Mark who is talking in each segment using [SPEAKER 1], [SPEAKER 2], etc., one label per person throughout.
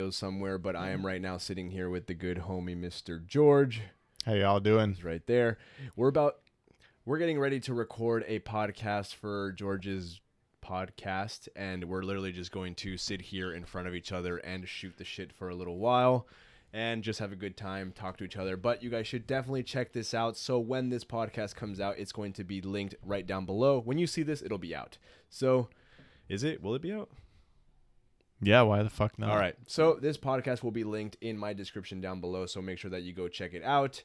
[SPEAKER 1] go somewhere, but I am right now sitting here with the good homie Mr. George.
[SPEAKER 2] How y'all doing?
[SPEAKER 1] He's right there. We're about we're getting ready to record a podcast for George's podcast and we're literally just going to sit here in front of each other and shoot the shit for a little while and just have a good time, talk to each other. But you guys should definitely check this out. So when this podcast comes out, it's going to be linked right down below. When you see this, it'll be out. So is it? Will it be out?
[SPEAKER 2] Yeah, why the fuck not?
[SPEAKER 1] All right. So this podcast will be linked in my description down below. So make sure that you go check it out.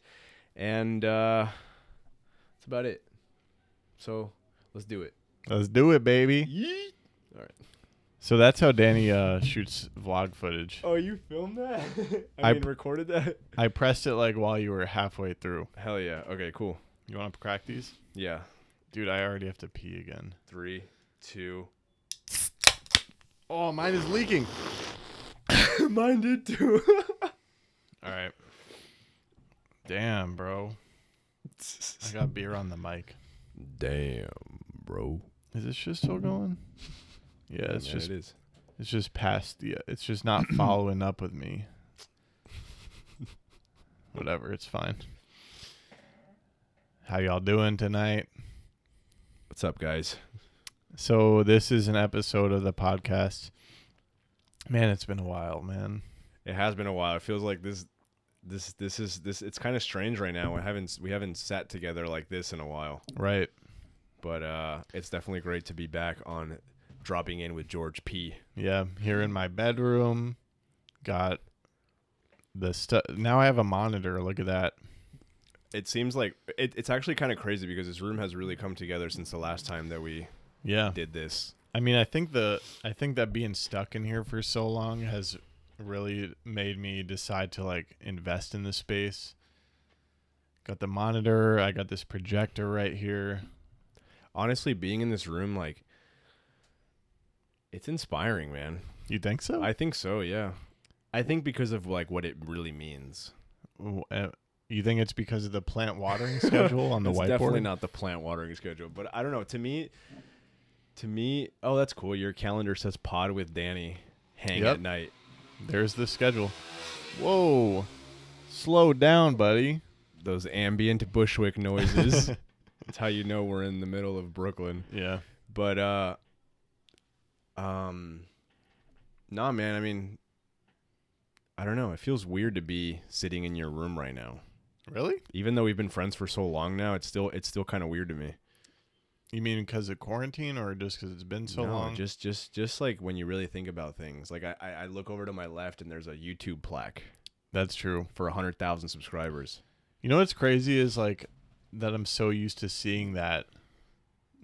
[SPEAKER 1] And uh, that's about it. So let's do it.
[SPEAKER 2] Let's do it, baby.
[SPEAKER 1] All right.
[SPEAKER 2] So that's how Danny uh, shoots vlog footage.
[SPEAKER 1] Oh, you filmed that?
[SPEAKER 2] I I mean, p-
[SPEAKER 1] recorded that?
[SPEAKER 2] I pressed it like while you were halfway through.
[SPEAKER 1] Hell yeah. Okay, cool.
[SPEAKER 2] You want to crack these?
[SPEAKER 1] Yeah.
[SPEAKER 2] Dude, I already have to pee again.
[SPEAKER 1] Three, two.
[SPEAKER 2] Oh, mine is leaking.
[SPEAKER 1] Mine did too.
[SPEAKER 2] All right. Damn, bro. I got beer on the mic.
[SPEAKER 1] Damn, bro.
[SPEAKER 2] Is this shit still going? Yeah, it's just
[SPEAKER 1] it is.
[SPEAKER 2] it's just past the it's just not following up with me. Whatever, it's fine. How y'all doing tonight?
[SPEAKER 1] What's up, guys?
[SPEAKER 2] So this is an episode of the podcast. Man, it's been a while, man.
[SPEAKER 1] It has been a while. It feels like this, this, this is this. It's kind of strange right now. We haven't we haven't sat together like this in a while.
[SPEAKER 2] Right.
[SPEAKER 1] but uh, it's definitely great to be back on dropping in with George P.
[SPEAKER 2] Yeah, here in my bedroom. Got the stuff. Now I have a monitor. Look at that.
[SPEAKER 1] It seems like it, it's actually kind of crazy because this room has really come together since the last time that we
[SPEAKER 2] Yeah.
[SPEAKER 1] did this.
[SPEAKER 2] I mean, I think the I think that being stuck in here for so long has really made me decide to like invest in this space. Got the monitor. I got this projector right here.
[SPEAKER 1] Honestly, being in this room, like, it's inspiring, man.
[SPEAKER 2] You think so?
[SPEAKER 1] I think so, yeah. I think because of like what it really means.
[SPEAKER 2] W- uh, you think it's because of the plant watering schedule on the
[SPEAKER 1] it's
[SPEAKER 2] whiteboard?
[SPEAKER 1] definitely not the plant watering schedule, but I don't know. To me, to me, oh, that's cool. Your calendar says pod with Danny, hang
[SPEAKER 2] Yep.
[SPEAKER 1] at night.
[SPEAKER 2] There's the schedule. Whoa. Slow down, buddy.
[SPEAKER 1] those ambient Bushwick noises. That's how you know we're in the middle of Brooklyn.
[SPEAKER 2] Yeah.
[SPEAKER 1] But uh um nah man, I mean I don't know. It feels weird to be sitting in your room right now.
[SPEAKER 2] Really?
[SPEAKER 1] Even though we've been friends for so long now, it's still it's still kind of weird to me.
[SPEAKER 2] You mean because of quarantine or just because it's been so
[SPEAKER 1] No,
[SPEAKER 2] long?
[SPEAKER 1] Just just just like when you really think about things. Like I I I look over to my left and there's a YouTube plaque
[SPEAKER 2] That's true.
[SPEAKER 1] for 100,000 subscribers.
[SPEAKER 2] You know what's crazy is like that I'm so used to seeing that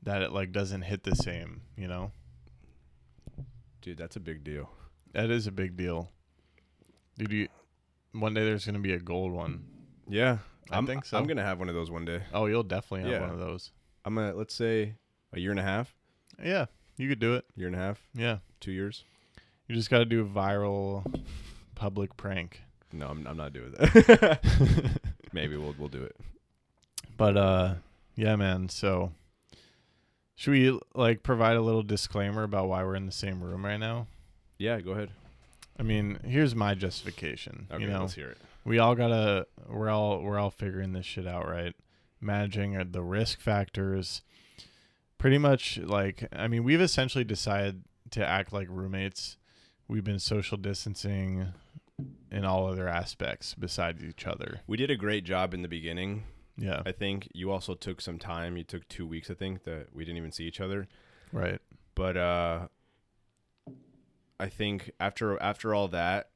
[SPEAKER 2] that it like doesn't hit the same, you know?
[SPEAKER 1] Dude, that's a big deal.
[SPEAKER 2] That is a big deal. Dude, you, one day there's going to be a gold one.
[SPEAKER 1] Yeah,
[SPEAKER 2] I
[SPEAKER 1] I'm-
[SPEAKER 2] think so.
[SPEAKER 1] I'm going to have one of those one day.
[SPEAKER 2] Oh, you'll definitely have
[SPEAKER 1] Yeah.
[SPEAKER 2] one of those.
[SPEAKER 1] I'm gonna let's say a year and a half,
[SPEAKER 2] Yeah, you could do it.
[SPEAKER 1] year and a half,
[SPEAKER 2] Yeah.
[SPEAKER 1] two years.
[SPEAKER 2] You just got to do a viral public prank.
[SPEAKER 1] No, I'm, I'm not doing that. Maybe we'll we'll do it.
[SPEAKER 2] But uh yeah, man. So should we like provide a little disclaimer about why we're in the same room right now?
[SPEAKER 1] Yeah, go ahead.
[SPEAKER 2] I mean, here's my justification.
[SPEAKER 1] Okay,
[SPEAKER 2] you know,
[SPEAKER 1] let's hear it.
[SPEAKER 2] we all gotta we're all we're all figuring this shit out, right? Managing uh, the risk factors. Pretty much like I mean, we've essentially decided to act like roommates. We've been social distancing in all other aspects besides each other.
[SPEAKER 1] We did a great job in the beginning.
[SPEAKER 2] Yeah.
[SPEAKER 1] I think you also took some time. You took two weeks, I think, that we didn't even see each other.
[SPEAKER 2] Right.
[SPEAKER 1] But uh, I think after after all that,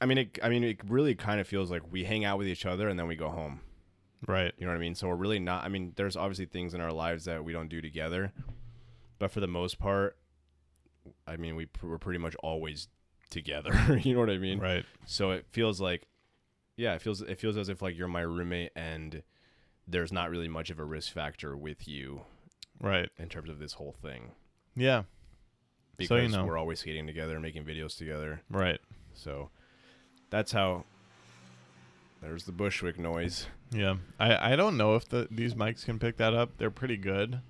[SPEAKER 1] I mean, it, I mean, it really kind of feels like we hang out with each other and then we go home.
[SPEAKER 2] Right.
[SPEAKER 1] You know what I mean? So we're really not. I mean, there's obviously things in our lives that we don't do together, but for the most part, I mean, we pr- we're pretty much always together. you know what I mean?
[SPEAKER 2] Right.
[SPEAKER 1] So it feels like, yeah, it feels it feels as if like you're my roommate and there's not really much of a risk factor with you
[SPEAKER 2] Right.
[SPEAKER 1] in terms of this whole thing
[SPEAKER 2] Yeah.
[SPEAKER 1] because
[SPEAKER 2] So you know.
[SPEAKER 1] we're always skating together, making videos together.
[SPEAKER 2] Right.
[SPEAKER 1] So that's how. There's the Bushwick noise.
[SPEAKER 2] Yeah, I, I don't know if the these mics can pick that up. They're pretty good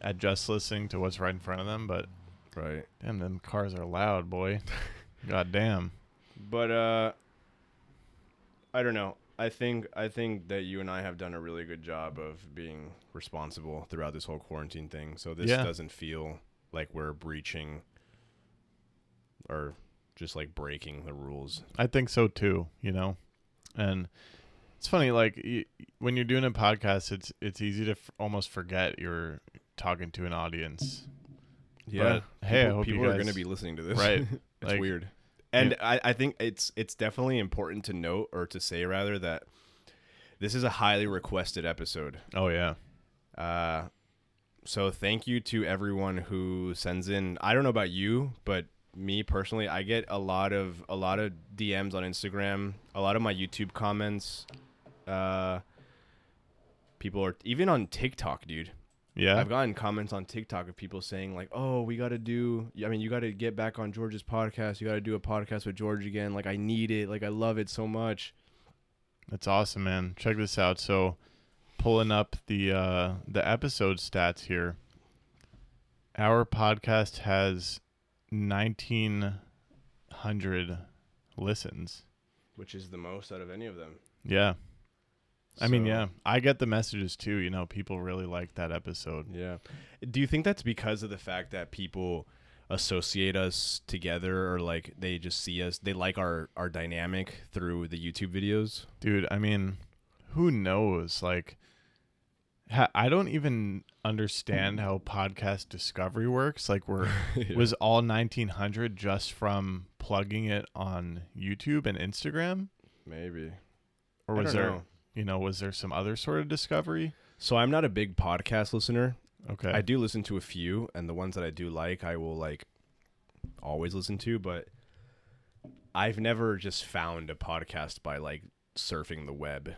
[SPEAKER 2] at just listening to what's right in front of them, but
[SPEAKER 1] Right.
[SPEAKER 2] damn, them cars are loud, boy. God damn.
[SPEAKER 1] But uh, I don't know. I think I think that you and I have done a really good job of being responsible throughout this whole quarantine thing. So this
[SPEAKER 2] Yeah.
[SPEAKER 1] doesn't feel like we're breaching or just like breaking the rules.
[SPEAKER 2] I think so too, you know. And it's funny like y- when you're doing a podcast, it's it's easy to f- almost forget you're talking to an audience. But, hey,
[SPEAKER 1] people,
[SPEAKER 2] I hope you
[SPEAKER 1] people are
[SPEAKER 2] guys-
[SPEAKER 1] going to be listening to this.
[SPEAKER 2] Right.
[SPEAKER 1] it's
[SPEAKER 2] Like,
[SPEAKER 1] weird. And I, I think it's it's definitely important to note or to say rather that this is a highly requested episode.
[SPEAKER 2] Oh yeah.
[SPEAKER 1] Uh, so thank you to everyone who sends in. I don't know about you, but me personally, I get a lot of a lot of DMs on Instagram, a lot of my YouTube comments. Uh, people are even on TikTok, dude.
[SPEAKER 2] Yeah.
[SPEAKER 1] I've gotten comments on TikTok of people saying like, "Oh, we got to do. I mean, you got to get back on George's podcast. You got to do a podcast with George again. Like, I need it. Like, I love it so much."
[SPEAKER 2] That's awesome, man. Check this out. So, pulling up the uh, the episode stats here. Our podcast has nineteen hundred listens.
[SPEAKER 1] Which is the most out of any of them.
[SPEAKER 2] Yeah, I mean,
[SPEAKER 1] So-
[SPEAKER 2] yeah, I get the messages too. You know, people really like that episode.
[SPEAKER 1] Yeah. Do you think that's because of the fact that people associate us together or like they just see us they like our our dynamic through the YouTube videos?
[SPEAKER 2] Dude, I mean, who knows? Like, ha- I don't even understand how podcast discovery works. Like, we're was all 1900 just from plugging it on YouTube and Instagram
[SPEAKER 1] maybe.
[SPEAKER 2] or was there you know was there some other sort of discovery
[SPEAKER 1] So I'm not a big podcast listener.
[SPEAKER 2] okay
[SPEAKER 1] I do listen to a few and the ones that I do like I will like always listen to, but I've never just found a podcast by like surfing the web.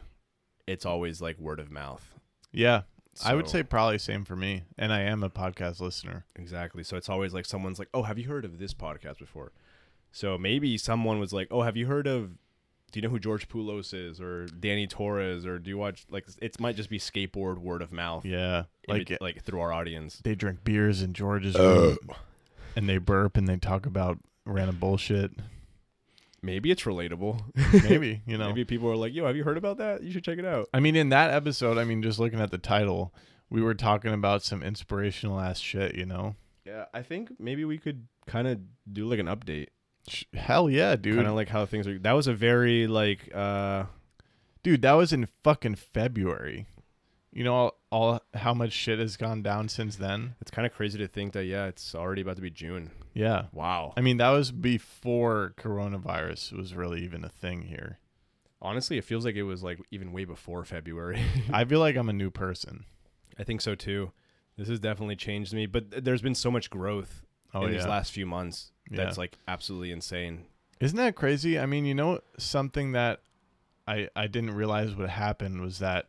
[SPEAKER 1] It's always like word of mouth.
[SPEAKER 2] yeah I would
[SPEAKER 1] So-
[SPEAKER 2] say probably same for me and I am a podcast listener
[SPEAKER 1] Exactly. So it's always like someone's like, "Oh, have you heard of this podcast before?" So maybe someone was like, "Oh, have you heard of do you know who George Poulos is or Danny Torres or do you watch like it might just be skateboard word of mouth
[SPEAKER 2] yeah
[SPEAKER 1] like
[SPEAKER 2] like
[SPEAKER 1] like through our audience.
[SPEAKER 2] they drink beers in George's
[SPEAKER 1] Uh.
[SPEAKER 2] room and they burp and they talk about random bullshit
[SPEAKER 1] Maybe it's relatable.
[SPEAKER 2] maybe you know
[SPEAKER 1] Maybe people are like, "Yo, have you heard about that? You should check it out."
[SPEAKER 2] I mean in that episode I mean just looking at the title we were talking about some inspirational ass shit you know
[SPEAKER 1] Yeah, I think maybe we could kind of do like an update.
[SPEAKER 2] Sh- hell yeah dude
[SPEAKER 1] Kind of like how things are That was a very like uh
[SPEAKER 2] dude that was in fucking february you know all, all how much shit has gone down since then
[SPEAKER 1] it's kind of crazy to think that yeah, it's already about to be June.
[SPEAKER 2] yeah
[SPEAKER 1] Wow.
[SPEAKER 2] i mean that was before coronavirus was really even a thing here
[SPEAKER 1] Honestly, it feels like it was like even way before February.
[SPEAKER 2] i feel like i'm a new person
[SPEAKER 1] I think so too. This has definitely changed me, but th- there's been so much growth
[SPEAKER 2] oh
[SPEAKER 1] in
[SPEAKER 2] yeah
[SPEAKER 1] these last few months
[SPEAKER 2] Yeah.
[SPEAKER 1] that's like absolutely insane.
[SPEAKER 2] isn't that crazy i mean you know something that i i didn't realize would happen was that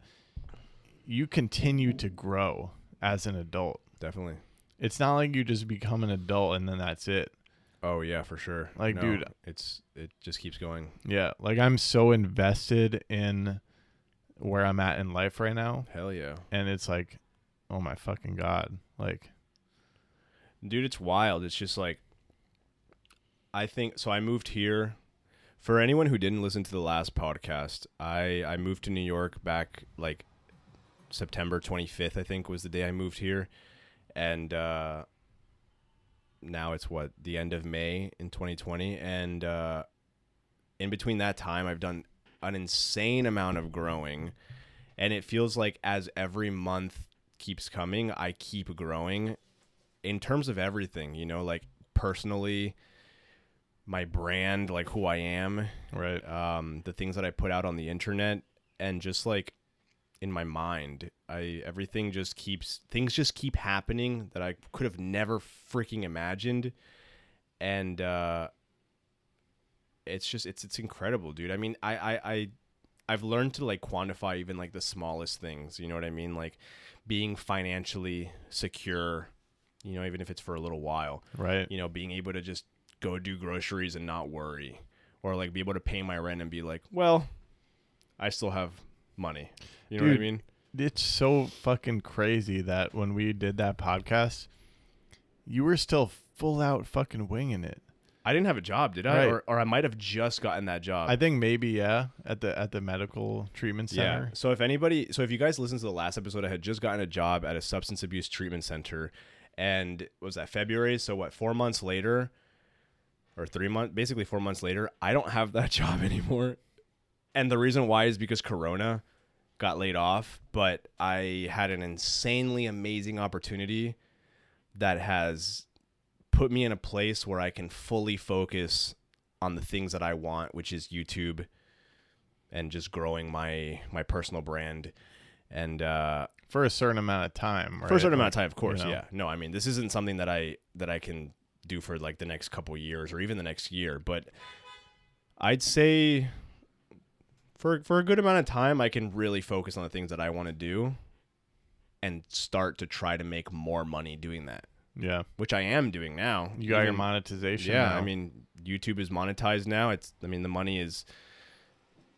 [SPEAKER 2] you continue to grow as an adult
[SPEAKER 1] Definitely.
[SPEAKER 2] it's not like you just become an adult and then that's it
[SPEAKER 1] Oh yeah, for sure.
[SPEAKER 2] Like, dude-
[SPEAKER 1] it's it just keeps going.
[SPEAKER 2] yeah like i'm so invested in where i'm at in life right now
[SPEAKER 1] Hell yeah,
[SPEAKER 2] and it's like, oh my fucking god, like
[SPEAKER 1] dude. It's wild. It's just like I think so. I moved here. For anyone who didn't listen to the last podcast, I I moved to New York back like September 25th. I think was the day I moved here, and uh, now it's what the end of May in 2020, and uh, in between that time, I've done an insane amount of growing, and it feels like as every month keeps coming, I keep growing in terms of everything. You know, like personally, my brand, like who I am,
[SPEAKER 2] right,
[SPEAKER 1] um, the things that I put out on the internet, and just like in my mind, I everything just keeps things just keep happening that I could have never freaking imagined, and uh, it's just it's it's incredible, dude. I mean, I I. I I've learned to like quantify even like the smallest things, you know what I mean? Like being financially secure, you know, even if it's for a little while
[SPEAKER 2] right,
[SPEAKER 1] you know, being able to just go do groceries and not worry, or like be able to pay my rent and be like, well, I still have money. You know what
[SPEAKER 2] Dude.
[SPEAKER 1] I mean?
[SPEAKER 2] it's so fucking crazy that when we did that podcast, you were still full out fucking winging it.
[SPEAKER 1] I didn't have a job, did I?
[SPEAKER 2] Right.
[SPEAKER 1] Or, or I might have just gotten that job.
[SPEAKER 2] I think maybe yeah at the at the medical treatment
[SPEAKER 1] yeah.
[SPEAKER 2] center.
[SPEAKER 1] So if anybody, so if you guys listened to the last episode, I had just gotten a job at a substance abuse treatment center, and was that February? So what? Four months later, or three months? Basically, four months later, I don't have that job anymore, and the reason why is because Corona got laid off. But I had an insanely amazing opportunity that has put me in a place where I can fully focus on the things that I want, which is YouTube and just growing my my personal brand and uh
[SPEAKER 2] for a certain amount of time. Right?
[SPEAKER 1] for a certain amount of time of course
[SPEAKER 2] know.
[SPEAKER 1] yeah no i mean this isn't something that i that i can do for like the next couple years or even the next year but i'd say for for a good amount of time i can really focus on the things that i want to do and start to try to make more money doing that
[SPEAKER 2] Yeah,
[SPEAKER 1] which i am doing now
[SPEAKER 2] you got your
[SPEAKER 1] Even-
[SPEAKER 2] monetization.
[SPEAKER 1] Mm. yeah,
[SPEAKER 2] now.
[SPEAKER 1] I mean, YouTube is monetized now. It's I mean, the money is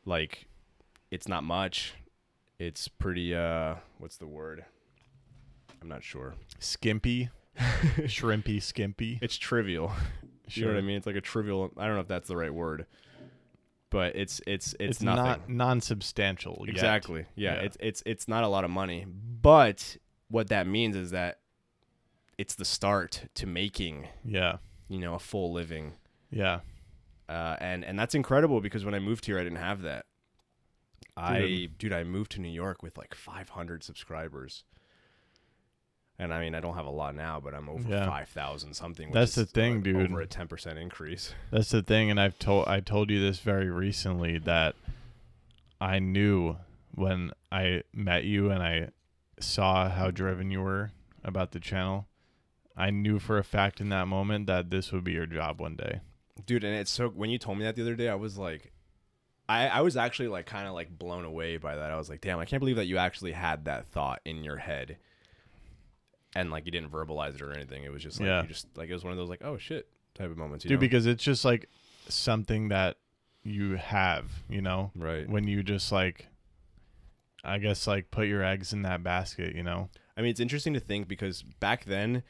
[SPEAKER 1] like it's not much. It's pretty uh what's the word? I'm not sure.
[SPEAKER 2] skimpy, shrimpy, skimpy.
[SPEAKER 1] It's trivial. You know what I mean? It's like a trivial I don't know if that's the right word. But it's it's it's,
[SPEAKER 2] It's,
[SPEAKER 1] nothing.
[SPEAKER 2] not non-substantial. yet.
[SPEAKER 1] Exactly. Yeah,
[SPEAKER 2] Yeah.
[SPEAKER 1] It's it's it's not a lot of money, but what that means is that it's the start to making,
[SPEAKER 2] Yeah.
[SPEAKER 1] you know, a full living.
[SPEAKER 2] Yeah.
[SPEAKER 1] uh, and and that's incredible because when I moved here, I didn't have that. I dude, I moved to New York with like 500 subscribers, and I mean I don't have a lot now, but I'm over
[SPEAKER 2] Yeah.
[SPEAKER 1] 5,000 something. Which
[SPEAKER 2] That's
[SPEAKER 1] is
[SPEAKER 2] the thing,
[SPEAKER 1] like,
[SPEAKER 2] dude.
[SPEAKER 1] Over a 10 percent increase.
[SPEAKER 2] That's the thing, and I've told I told you this very recently that I knew when I met you and I saw how driven you were about the channel. I knew for a fact in that moment that this would be your job one day.
[SPEAKER 1] dude and it's so when you told me that the other day i was like i i was actually like kind of like blown away by that i was like damn i can't believe that you actually had that thought in your head and like you didn't verbalize it or anything it was just like
[SPEAKER 2] Yeah.
[SPEAKER 1] you just like it was one of those like oh shit type of moments you
[SPEAKER 2] Dude,
[SPEAKER 1] know?
[SPEAKER 2] because it's just like something that you have, you know?
[SPEAKER 1] right
[SPEAKER 2] When you just like I guess like put your eggs in that basket, you know?
[SPEAKER 1] i mean it's interesting to think because back then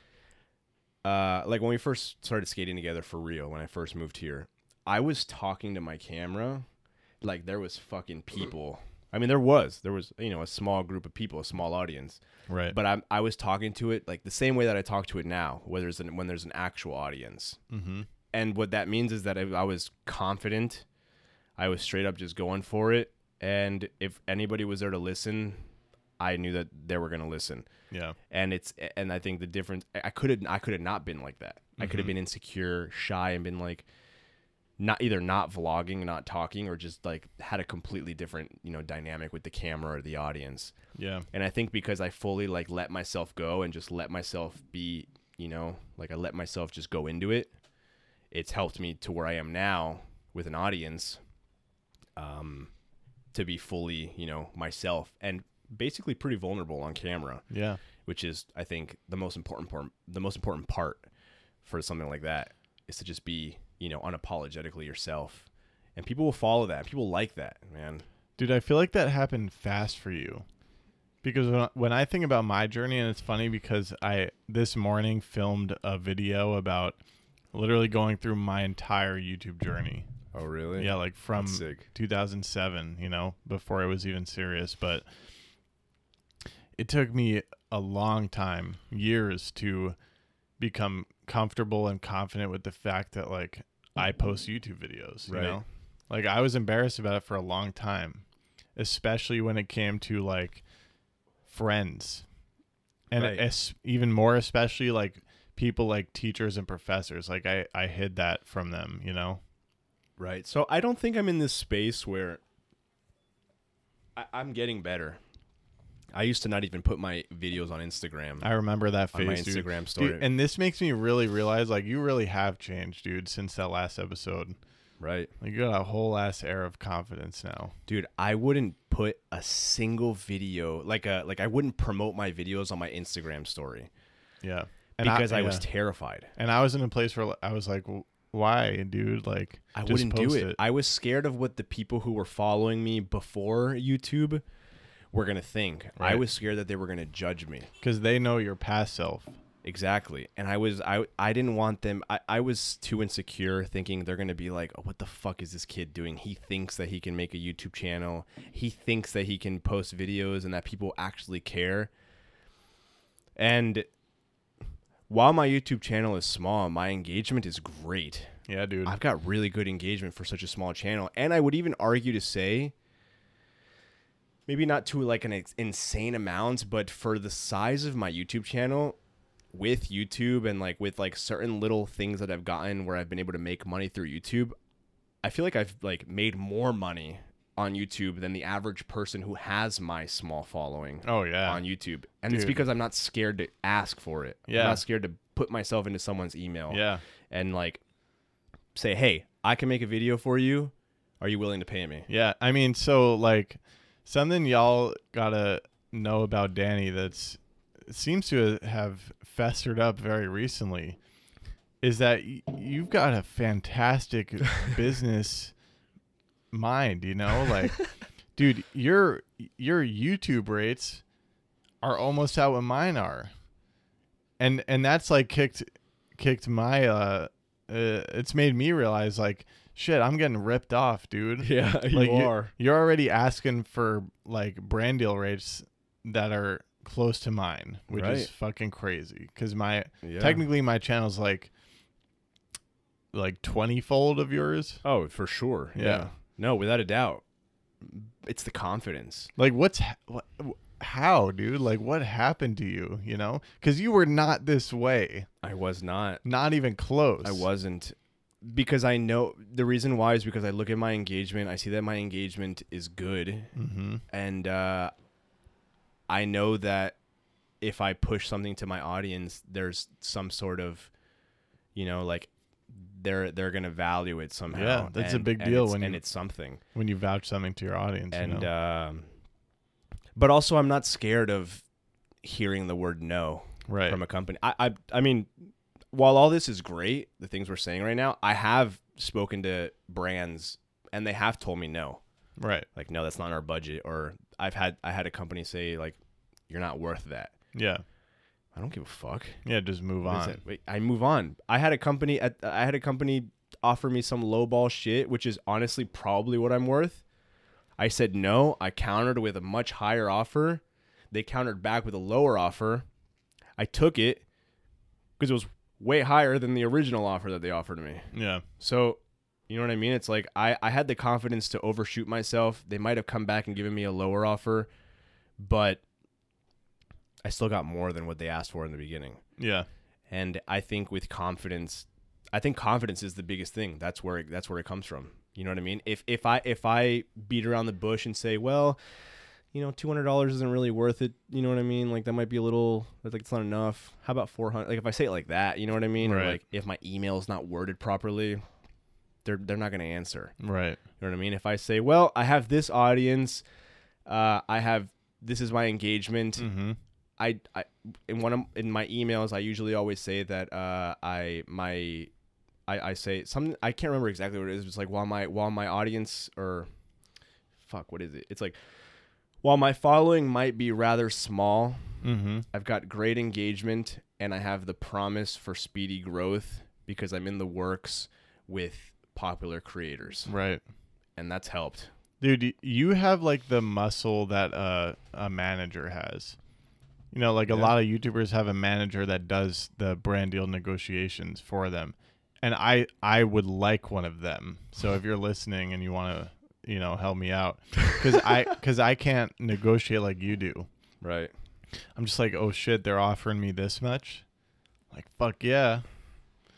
[SPEAKER 1] uh like when we first started skating together for real when i first moved here i was talking to my camera like there was fucking people i mean there was there was you know a small group of people a small audience
[SPEAKER 2] Right.
[SPEAKER 1] but I'm, I was talking to it like the same way that I talk to it now, whether it's an, when there's an actual audience.
[SPEAKER 2] mm-hmm.
[SPEAKER 1] And what that means is that I, I was confident, I was straight up just going for it, and if anybody was there to listen, I knew that they were gonna listen.
[SPEAKER 2] Yeah.
[SPEAKER 1] And it's and I think the difference I- I could have I could have not been like that. I could have been insecure, shy, and been like not either not vlogging, not talking, or just like had a completely different you know dynamic with the camera or the audience
[SPEAKER 2] Yeah.
[SPEAKER 1] and i think because i fully like let myself go and just let myself be you know like i let myself just go into it it's helped me to where i am now with an audience um to be fully you know myself and basically pretty vulnerable on camera
[SPEAKER 2] Yeah.
[SPEAKER 1] which is i think the most important part the most important part for something like that is to just be you know unapologetically yourself and people will follow that people like that man
[SPEAKER 2] Dude, I feel like that happened fast for you. Because when I, when I think about my journey, and it's funny because I this morning filmed a video about literally going through my entire YouTube journey.
[SPEAKER 1] oh really
[SPEAKER 2] Yeah, um, like from
[SPEAKER 1] That's sick.
[SPEAKER 2] 2007, you know, before I was even serious. But it took me a long time, years to become comfortable and confident with the fact that, like, I post YouTube videos, you
[SPEAKER 1] Right.
[SPEAKER 2] know? Like, I was embarrassed about it for a long time, especially when it came to, like, friends. And
[SPEAKER 1] Right.
[SPEAKER 2] es- even more, especially, like, people like teachers and professors. Like, I, I hid that from them, you know?
[SPEAKER 1] Right. So I don't think I'm in this space where I, I'm getting better. I used to not even put my videos on Instagram.
[SPEAKER 2] I remember that
[SPEAKER 1] On my
[SPEAKER 2] phase, dude.
[SPEAKER 1] Instagram
[SPEAKER 2] Dude,
[SPEAKER 1] story.
[SPEAKER 2] and this makes me really realize, like, you really have changed, dude, since that last episode.
[SPEAKER 1] right.
[SPEAKER 2] Like, you got a whole ass air of confidence now.
[SPEAKER 1] Dude, I wouldn't put a single video like a like I wouldn't promote my videos on my Instagram story
[SPEAKER 2] Yeah, and
[SPEAKER 1] because I, was
[SPEAKER 2] yeah.
[SPEAKER 1] terrified.
[SPEAKER 2] and I was in a place where I was like, "W- why, dude? Like,
[SPEAKER 1] I
[SPEAKER 2] just
[SPEAKER 1] wouldn't do
[SPEAKER 2] post
[SPEAKER 1] it. I was scared of what the people who were following me before YouTube were going to think. I
[SPEAKER 2] Right.
[SPEAKER 1] was scared that they were going to judge me.
[SPEAKER 2] because they know your past self.
[SPEAKER 1] Exactly. And I was I I didn't want them I, I was too insecure thinking they're gonna be like, oh, what the fuck is this kid doing? He thinks that he can make a YouTube channel. He thinks that he can post videos and that people actually care. And while my YouTube channel is small, my engagement is great.
[SPEAKER 2] Yeah, dude.
[SPEAKER 1] I've got really good engagement for such a small channel. And I would even argue to say maybe not to like an ex- insane amount, but for the size of my YouTube channel, with YouTube and like with like certain little things that I've gotten where I've been able to make money through YouTube, I feel like I've like made more money on YouTube than the average person who has my small following
[SPEAKER 2] oh yeah.
[SPEAKER 1] on YouTube. And it's
[SPEAKER 2] Dude.
[SPEAKER 1] because I'm not scared to ask for it.
[SPEAKER 2] Yeah.
[SPEAKER 1] I'm not scared to put myself into someone's email
[SPEAKER 2] Yeah.
[SPEAKER 1] and like say, "Hey, I can make a video for you. Are you willing to pay me?"
[SPEAKER 2] Yeah, I mean, so like something y'all gotta know about Danny that's seems to have festered up very recently is that y- you've got a fantastic business mind, you know? Like dude, your your YouTube rates are almost out what mine are. And and that's like kicked kicked my uh, uh it's made me realize like shit, I'm getting ripped off, dude
[SPEAKER 1] Yeah,
[SPEAKER 2] like You're already asking for like brand deal rates that are close to mine, which
[SPEAKER 1] Right.
[SPEAKER 2] is fucking crazy. Because my
[SPEAKER 1] Yeah.
[SPEAKER 2] technically my channel's like like twenty fold of yours.
[SPEAKER 1] Oh, for sure.
[SPEAKER 2] Yeah.
[SPEAKER 1] No, without a doubt. It's the confidence.
[SPEAKER 2] Like what's ha- what, wh- how, dude? Like what happened to you? You know? Because you were not this way,
[SPEAKER 1] I was not.
[SPEAKER 2] not even close.
[SPEAKER 1] I wasn't. Because I know the reason why is because I look at my engagement. I see that my engagement is good.
[SPEAKER 2] Mm-hmm.
[SPEAKER 1] And uh, I know that if I push something to my audience, there's some sort of, you know, like they're they're gonna value it somehow.
[SPEAKER 2] Yeah, that's a
[SPEAKER 1] And-
[SPEAKER 2] big
[SPEAKER 1] and
[SPEAKER 2] deal
[SPEAKER 1] it's-
[SPEAKER 2] when
[SPEAKER 1] and
[SPEAKER 2] you-
[SPEAKER 1] it's something.
[SPEAKER 2] When you vouch something to your audience, you
[SPEAKER 1] and
[SPEAKER 2] know?
[SPEAKER 1] um, but also I'm not scared of hearing the word no
[SPEAKER 2] right?
[SPEAKER 1] from a company. I, I I mean, while all this is great, the things we're saying right now, I have spoken to brands and they have told me no,
[SPEAKER 2] right?
[SPEAKER 1] like no, that's not in our budget. Or I've had I had a company say like, you're not worth that.
[SPEAKER 2] Yeah,
[SPEAKER 1] I don't give a fuck.
[SPEAKER 2] yeah. Just move
[SPEAKER 1] What is
[SPEAKER 2] on.
[SPEAKER 1] that? Wait, I move on. I had a company at I had a company offer me some lowball shit, which is honestly probably what I'm worth. I said no. I countered with a much higher offer. They countered back with a lower offer. I took it because it was way higher than the original offer that they offered me.
[SPEAKER 2] Yeah,
[SPEAKER 1] So, you know what I mean? It's like I, I had the confidence to overshoot myself. They might have come back and given me a lower offer, but I still got more than what they asked for in the beginning.
[SPEAKER 2] yeah,
[SPEAKER 1] And I think with confidence, I think confidence is the biggest thing. That's where it, that's where it comes from. You know what I mean? If if I if I beat around the bush and say, well, you know, two hundred dollars isn't really worth it. You know what I mean? Like that might be a little that's like it's not enough. How about four hundred? Like if I say it like that, you know what I mean? Or,
[SPEAKER 2] Right.
[SPEAKER 1] like if my email is not worded properly, they're they're not gonna answer.
[SPEAKER 2] right.
[SPEAKER 1] You know what I mean? If I say, well, I have this audience, uh, I have this is my engagement.
[SPEAKER 2] Mm-hmm.
[SPEAKER 1] I, I in one of in my emails I usually always say that uh, I my I, I say some I can't remember exactly what it is. It's like while my while my audience or fuck what is it? It's like while my following might be rather small,
[SPEAKER 2] Mm-hmm.
[SPEAKER 1] I've got great engagement and I have the promise for speedy growth because I'm in the works with popular creators
[SPEAKER 2] Right.
[SPEAKER 1] and that's helped.
[SPEAKER 2] dude y- you have like the muscle that uh, a manager has you know like a
[SPEAKER 1] Yeah.
[SPEAKER 2] lot of youtubers have a manager that does the brand deal negotiations for them and i i would like one of them so if you're listening and you want to you know help me out because i because i can't negotiate like you do
[SPEAKER 1] Right.
[SPEAKER 2] i'm just like oh shit they're offering me this much like fuck yeah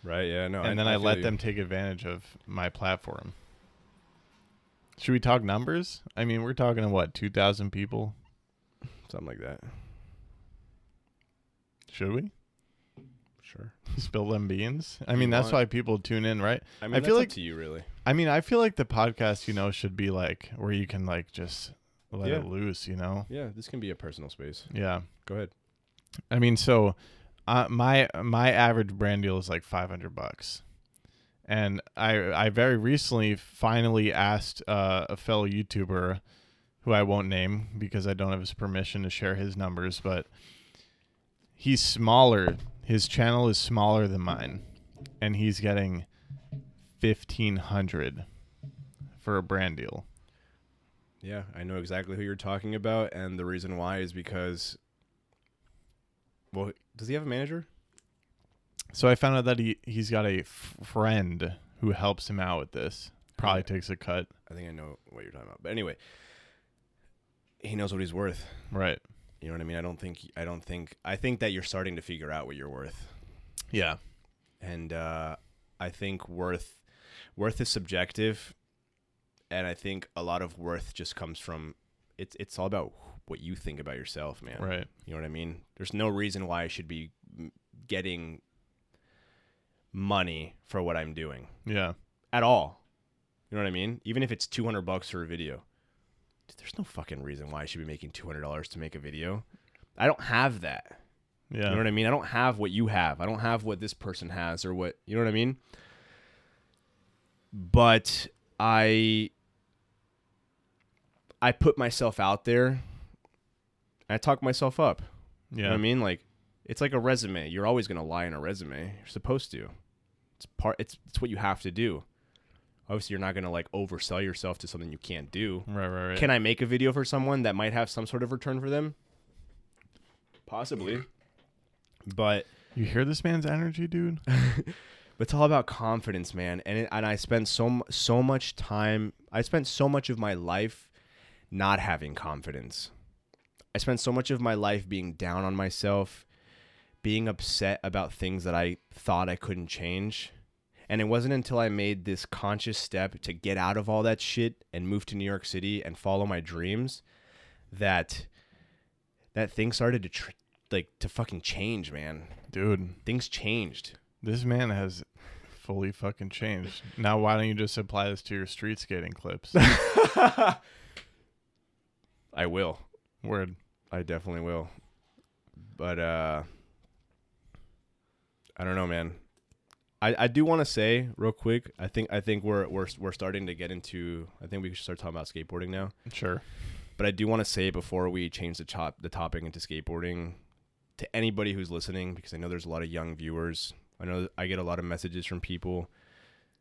[SPEAKER 1] Right. Yeah. No.
[SPEAKER 2] and then i, let them take advantage of my platform should we talk numbers i mean we're talking to what 2000 people
[SPEAKER 1] something like that.
[SPEAKER 2] Should we
[SPEAKER 1] Sure.
[SPEAKER 2] spill them beans? I mean, that's
[SPEAKER 1] want-
[SPEAKER 2] why people tune in, right?
[SPEAKER 1] I
[SPEAKER 2] I
[SPEAKER 1] mean, I
[SPEAKER 2] feel
[SPEAKER 1] feel
[SPEAKER 2] like-
[SPEAKER 1] like to you really.
[SPEAKER 2] I mean, I feel like the podcast, you know, should be like where you can like just let
[SPEAKER 1] Yeah.
[SPEAKER 2] it loose, you know?
[SPEAKER 1] Yeah, this can be a personal space.
[SPEAKER 2] Yeah.
[SPEAKER 1] Go ahead.
[SPEAKER 2] I mean, so uh, my my average brand deal is like 500 bucks. And I I very recently finally asked uh, a fellow YouTuber who I won't name because I don't have his permission to share his numbers, but he's smaller. His channel is smaller than mine, and he's getting fifteen hundred for a brand deal.
[SPEAKER 1] Yeah, I know exactly who you're talking about, and the reason why is because. Well, does he have a manager?
[SPEAKER 2] So I found out that he he's got a f- friend who helps him out with this. Probably
[SPEAKER 1] Okay.
[SPEAKER 2] takes a cut,
[SPEAKER 1] I think I know what you're talking about. But anyway, he knows what he's worth.
[SPEAKER 2] right?
[SPEAKER 1] You know what I mean? I don't think I don't think I think that you're starting to figure out what you're worth.
[SPEAKER 2] Yeah,
[SPEAKER 1] and uh, I think worth worth is subjective, and I think a lot of worth just comes from it's it's all about what you think about yourself, man.
[SPEAKER 2] right.
[SPEAKER 1] You know what I mean? There's no reason why I should be m- getting money for what I'm doing
[SPEAKER 2] Yeah,
[SPEAKER 1] at all. You know what I mean? Even if it's 200 bucks for a video, Dude, there's no fucking reason why I should be making 200 dollars to make a video. I don't have that.
[SPEAKER 2] yeah.
[SPEAKER 1] You know what I mean? I don't have what you have. I don't have what this person has or what, you know what I mean? But I I put myself out there. and I talk myself up.
[SPEAKER 2] yeah.
[SPEAKER 1] You know what I mean? Like it's like a resume. You're always going to lie in a resume. You're supposed to. It's part it's it's what you have to do. Obviously, you're not going to like oversell yourself to something you can't do.
[SPEAKER 2] Right, right, right.
[SPEAKER 1] Can I make a video for someone that might have some sort of return for them? Possibly. But
[SPEAKER 2] you hear this man's energy, dude?
[SPEAKER 1] it's all about confidence, man. And it, and I spent so mu- so much time. I spent so much of my life not having confidence. I spent so much of my life being down on myself, being upset about things that I thought I couldn't change. And it wasn't until I made this conscious step to get out of all that shit and move to New York City and follow my dreams that that thing started to tr- like to fucking change, man.
[SPEAKER 2] Dude,
[SPEAKER 1] Things changed.
[SPEAKER 2] this man has fully fucking changed. Now, why don't you just apply this to your street skating clips?
[SPEAKER 1] I will.
[SPEAKER 2] Word.
[SPEAKER 1] I definitely will. But uh I don't know, man. I, I do want to say real quick. I think I think we're we're we're starting to get into. I think we should start talking about skateboarding now.
[SPEAKER 2] Sure.
[SPEAKER 1] But I do want to say before we change the chop the topic into skateboarding to anybody who's listening because I know there's a lot of young viewers. I know that I get a lot of messages from people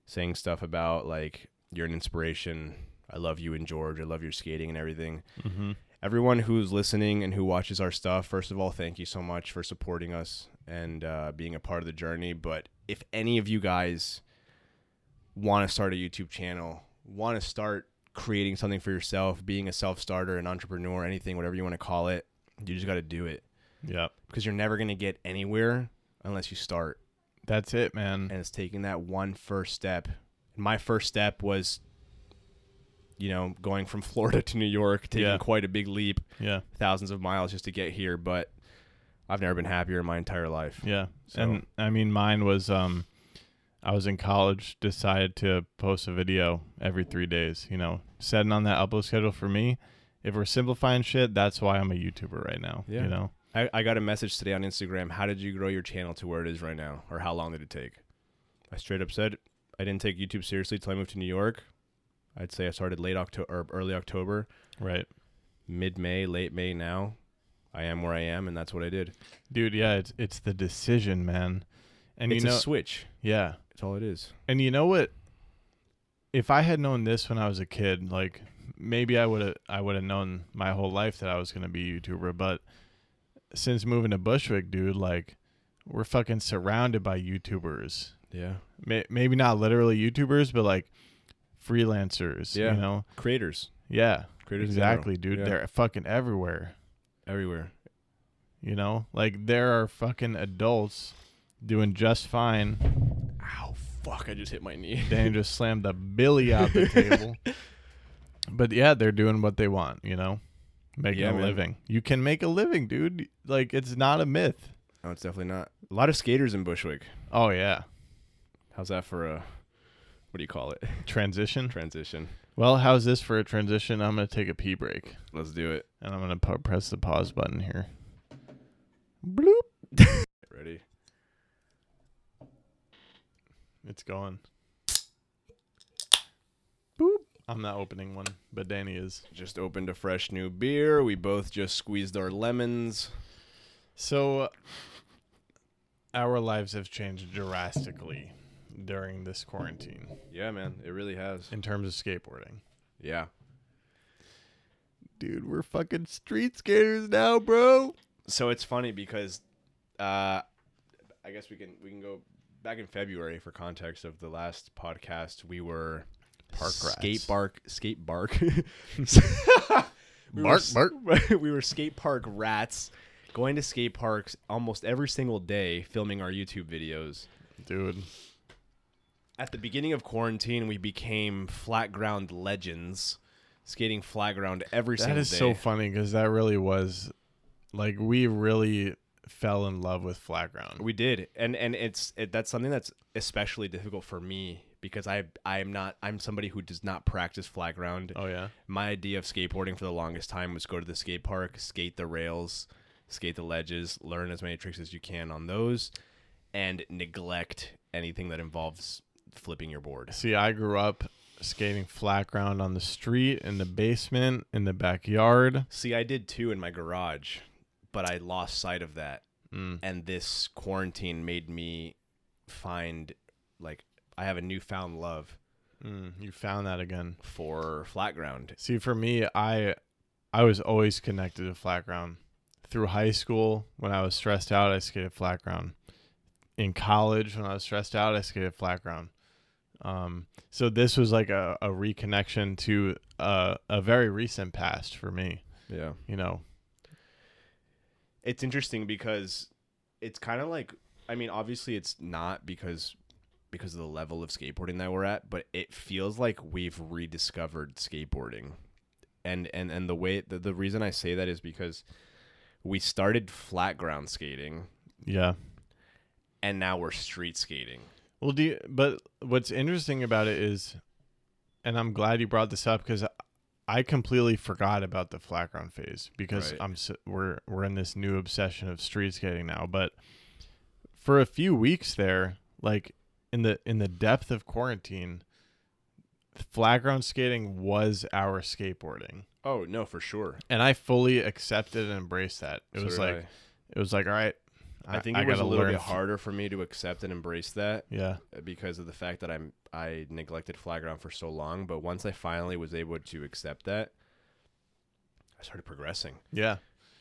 [SPEAKER 1] saying stuff about like you're an inspiration. I love you and George. I love your skating and everything
[SPEAKER 2] Mm-hmm.
[SPEAKER 1] everyone who's listening and who watches our stuff, first of all, thank you so much for supporting us and uh, being a part of the journey. But if any of you guys want to start a YouTube channel, want to start creating something for yourself, being a self starter, an entrepreneur, anything, whatever you want to call it, you just got to do it
[SPEAKER 2] Yep.
[SPEAKER 1] because you're never going to get anywhere unless you start.
[SPEAKER 2] That's it, man.
[SPEAKER 1] And it's taking that one first step. My first step was, you know, going from Florida to New York, taking
[SPEAKER 2] Yeah.
[SPEAKER 1] quite a big leap
[SPEAKER 2] Yeah.
[SPEAKER 1] thousands of miles just to get here, but I've never been happier in my entire life.
[SPEAKER 2] Yeah.
[SPEAKER 1] So-
[SPEAKER 2] And I mean, mine was um, I was in college, decided to post a video every three days. You know, setting on that upload schedule for me. If we're simplifying shit, that's why I'm a YouTuber right now.
[SPEAKER 1] Yeah.
[SPEAKER 2] You know.
[SPEAKER 1] I, I got a message today on Instagram. How did you grow your channel to where it is right now? Or how long did it take? I straight up said I didn't take YouTube seriously till I moved to New York. I'd say I started late October or early October,
[SPEAKER 2] Right.
[SPEAKER 1] mid May, late May now. I am where I am, and that's what I did.
[SPEAKER 2] Dude. Yeah. It's it's the decision, man. And
[SPEAKER 1] it's
[SPEAKER 2] you
[SPEAKER 1] a
[SPEAKER 2] know.
[SPEAKER 1] switch.
[SPEAKER 2] yeah.
[SPEAKER 1] That's all it is.
[SPEAKER 2] And you know what? If I had known this when I was a kid, like maybe I would have I would have known my whole life that I was gonna be a YouTuber, but since moving to Bushwick, dude, like we're fucking surrounded by YouTubers.
[SPEAKER 1] Yeah.
[SPEAKER 2] May- maybe not literally YouTubers, but like freelancers.
[SPEAKER 1] Yeah.
[SPEAKER 2] You know?
[SPEAKER 1] Creators.
[SPEAKER 2] Yeah.
[SPEAKER 1] Creators in general.
[SPEAKER 2] exactly, dude.
[SPEAKER 1] Yeah.
[SPEAKER 2] They're fucking everywhere.
[SPEAKER 1] Everywhere.
[SPEAKER 2] You know? Like there are fucking adults doing just fine.
[SPEAKER 1] Ow, fuck. I just hit my knee.
[SPEAKER 2] Dan just slammed the billy out the table. but yeah, they're doing what they want, you know, making
[SPEAKER 1] Yeah,
[SPEAKER 2] a
[SPEAKER 1] man.
[SPEAKER 2] living. You can make a living, dude. Like it's not a myth.
[SPEAKER 1] No, it's definitely not. A lot of skaters in Bushwick.
[SPEAKER 2] Oh yeah,
[SPEAKER 1] How's that for a, what do you call it?
[SPEAKER 2] transition.
[SPEAKER 1] Transition.
[SPEAKER 2] Well, how's this for a transition? I'm gonna take a pee break
[SPEAKER 1] Let's do it.
[SPEAKER 2] and I'm gonna p- press the pause button here. Bloop.
[SPEAKER 1] Ready?
[SPEAKER 2] It's going. Boop. I'm not opening one, but Danny is.
[SPEAKER 1] Just opened a fresh new beer. We both just squeezed our lemons.
[SPEAKER 2] So our lives have changed drastically during this quarantine
[SPEAKER 1] Yeah, man, it really has.
[SPEAKER 2] in terms of skateboarding.
[SPEAKER 1] Yeah.
[SPEAKER 2] Dude, we're fucking street skaters now, bro.
[SPEAKER 1] So it's funny because, uh, I guess we can we can go back in February for context of the last podcast. We were
[SPEAKER 2] Park rats.
[SPEAKER 1] skate bark skate bark. we
[SPEAKER 2] Bark,
[SPEAKER 1] were, bark. we were skate park rats, going to skate parks almost every single day, filming our YouTube videos.
[SPEAKER 2] Dude,
[SPEAKER 1] At the beginning of quarantine, we became flat ground legends, skating flat ground every
[SPEAKER 2] that
[SPEAKER 1] single
[SPEAKER 2] is
[SPEAKER 1] day.
[SPEAKER 2] so funny because that really was like we really fell in love with flat ground.
[SPEAKER 1] We did, and and it's it, that's something that's especially difficult for me because I I am not I'm somebody who does not practice flat ground.
[SPEAKER 2] oh yeah.
[SPEAKER 1] My idea of skateboarding for the longest time was go to the skate park, skate the rails, skate the ledges, learn as many tricks as you can on those, and neglect anything that involves flipping your board.
[SPEAKER 2] See, I grew up skating flat ground on the street, in the basement, in the backyard.
[SPEAKER 1] See, I did too in my garage, but I lost sight of that
[SPEAKER 2] Mm.
[SPEAKER 1] and this quarantine made me find like I have a newfound love
[SPEAKER 2] Mm, you found that again.
[SPEAKER 1] for flat ground.
[SPEAKER 2] See, for me, I I was always connected to flat ground. Through high school, when I was stressed out, I skated flat ground. In college, when I was stressed out, I skated flat ground. Um, so this was like a, a reconnection to a, a very recent past for me.
[SPEAKER 1] Yeah.
[SPEAKER 2] You know,
[SPEAKER 1] It's interesting because it's kind of like I mean obviously it's not because because of the level of skateboarding that we're at, but it feels like we've rediscovered skateboarding. And and and the way the, the reason I say that is because we started flat ground skating
[SPEAKER 2] yeah.
[SPEAKER 1] and now we're street skating.
[SPEAKER 2] Well, do you, but what's interesting about it is, and I'm glad you brought this up because I completely forgot about the flat ground phase because
[SPEAKER 1] Right.
[SPEAKER 2] I'm s- we're we're in this new obsession of street skating now. But for a few weeks there, like in the in the depth of quarantine, flat ground skating was our skateboarding,
[SPEAKER 1] Oh, no, for sure.
[SPEAKER 2] and I fully accepted and embraced that. It
[SPEAKER 1] So
[SPEAKER 2] was
[SPEAKER 1] did
[SPEAKER 2] like
[SPEAKER 1] I.
[SPEAKER 2] it was like all right.
[SPEAKER 1] I think it was a
[SPEAKER 2] gotta
[SPEAKER 1] little
[SPEAKER 2] learn
[SPEAKER 1] bit
[SPEAKER 2] f-
[SPEAKER 1] harder for me to accept and embrace that
[SPEAKER 2] Yeah,
[SPEAKER 1] because of the fact that I'm I neglected flag ground for so long. But once I finally was able to accept that, I started progressing.
[SPEAKER 2] yeah.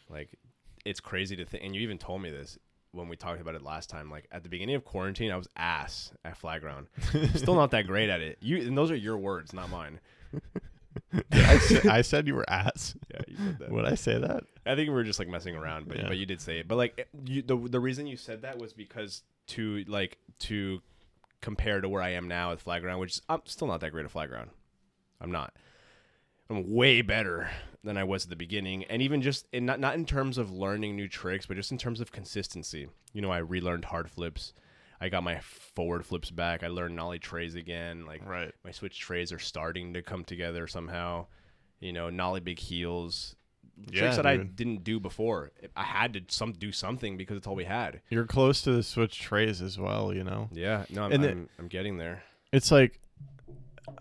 [SPEAKER 1] Like it's crazy to think. And you even told me this when we talked about it last time. Like at the beginning of quarantine, I was ass at flag ground. I'm still not that great at it. You and those are your words, not mine.
[SPEAKER 2] I, said, I said you were ass.
[SPEAKER 1] Yeah, you said that.
[SPEAKER 2] Would I say that?
[SPEAKER 1] I think we were just like messing around, but
[SPEAKER 2] Yeah.
[SPEAKER 1] but you did say it. But like it- you, the the reason you said that was because to like to compare to where I am now at flag ground, which is, I'm still not that great at flag ground. I'm not. I'm way better than I was at the beginning, and even just in not not in terms of learning new tricks, but just in terms of consistency. You know, I relearned hard flips. I got my forward flips back. I learned nollie trays again. Like
[SPEAKER 2] Right.
[SPEAKER 1] my switch trays are starting to come together somehow. You know, nollie big heels, tricks
[SPEAKER 2] Yeah,
[SPEAKER 1] that I
[SPEAKER 2] dude.
[SPEAKER 1] didn't do before. I had to some do something because it's all we had.
[SPEAKER 2] You're close to the switch trays as well, you know?
[SPEAKER 1] Yeah, no, I'm
[SPEAKER 2] And the-
[SPEAKER 1] I'm, I'm getting there.
[SPEAKER 2] It's like,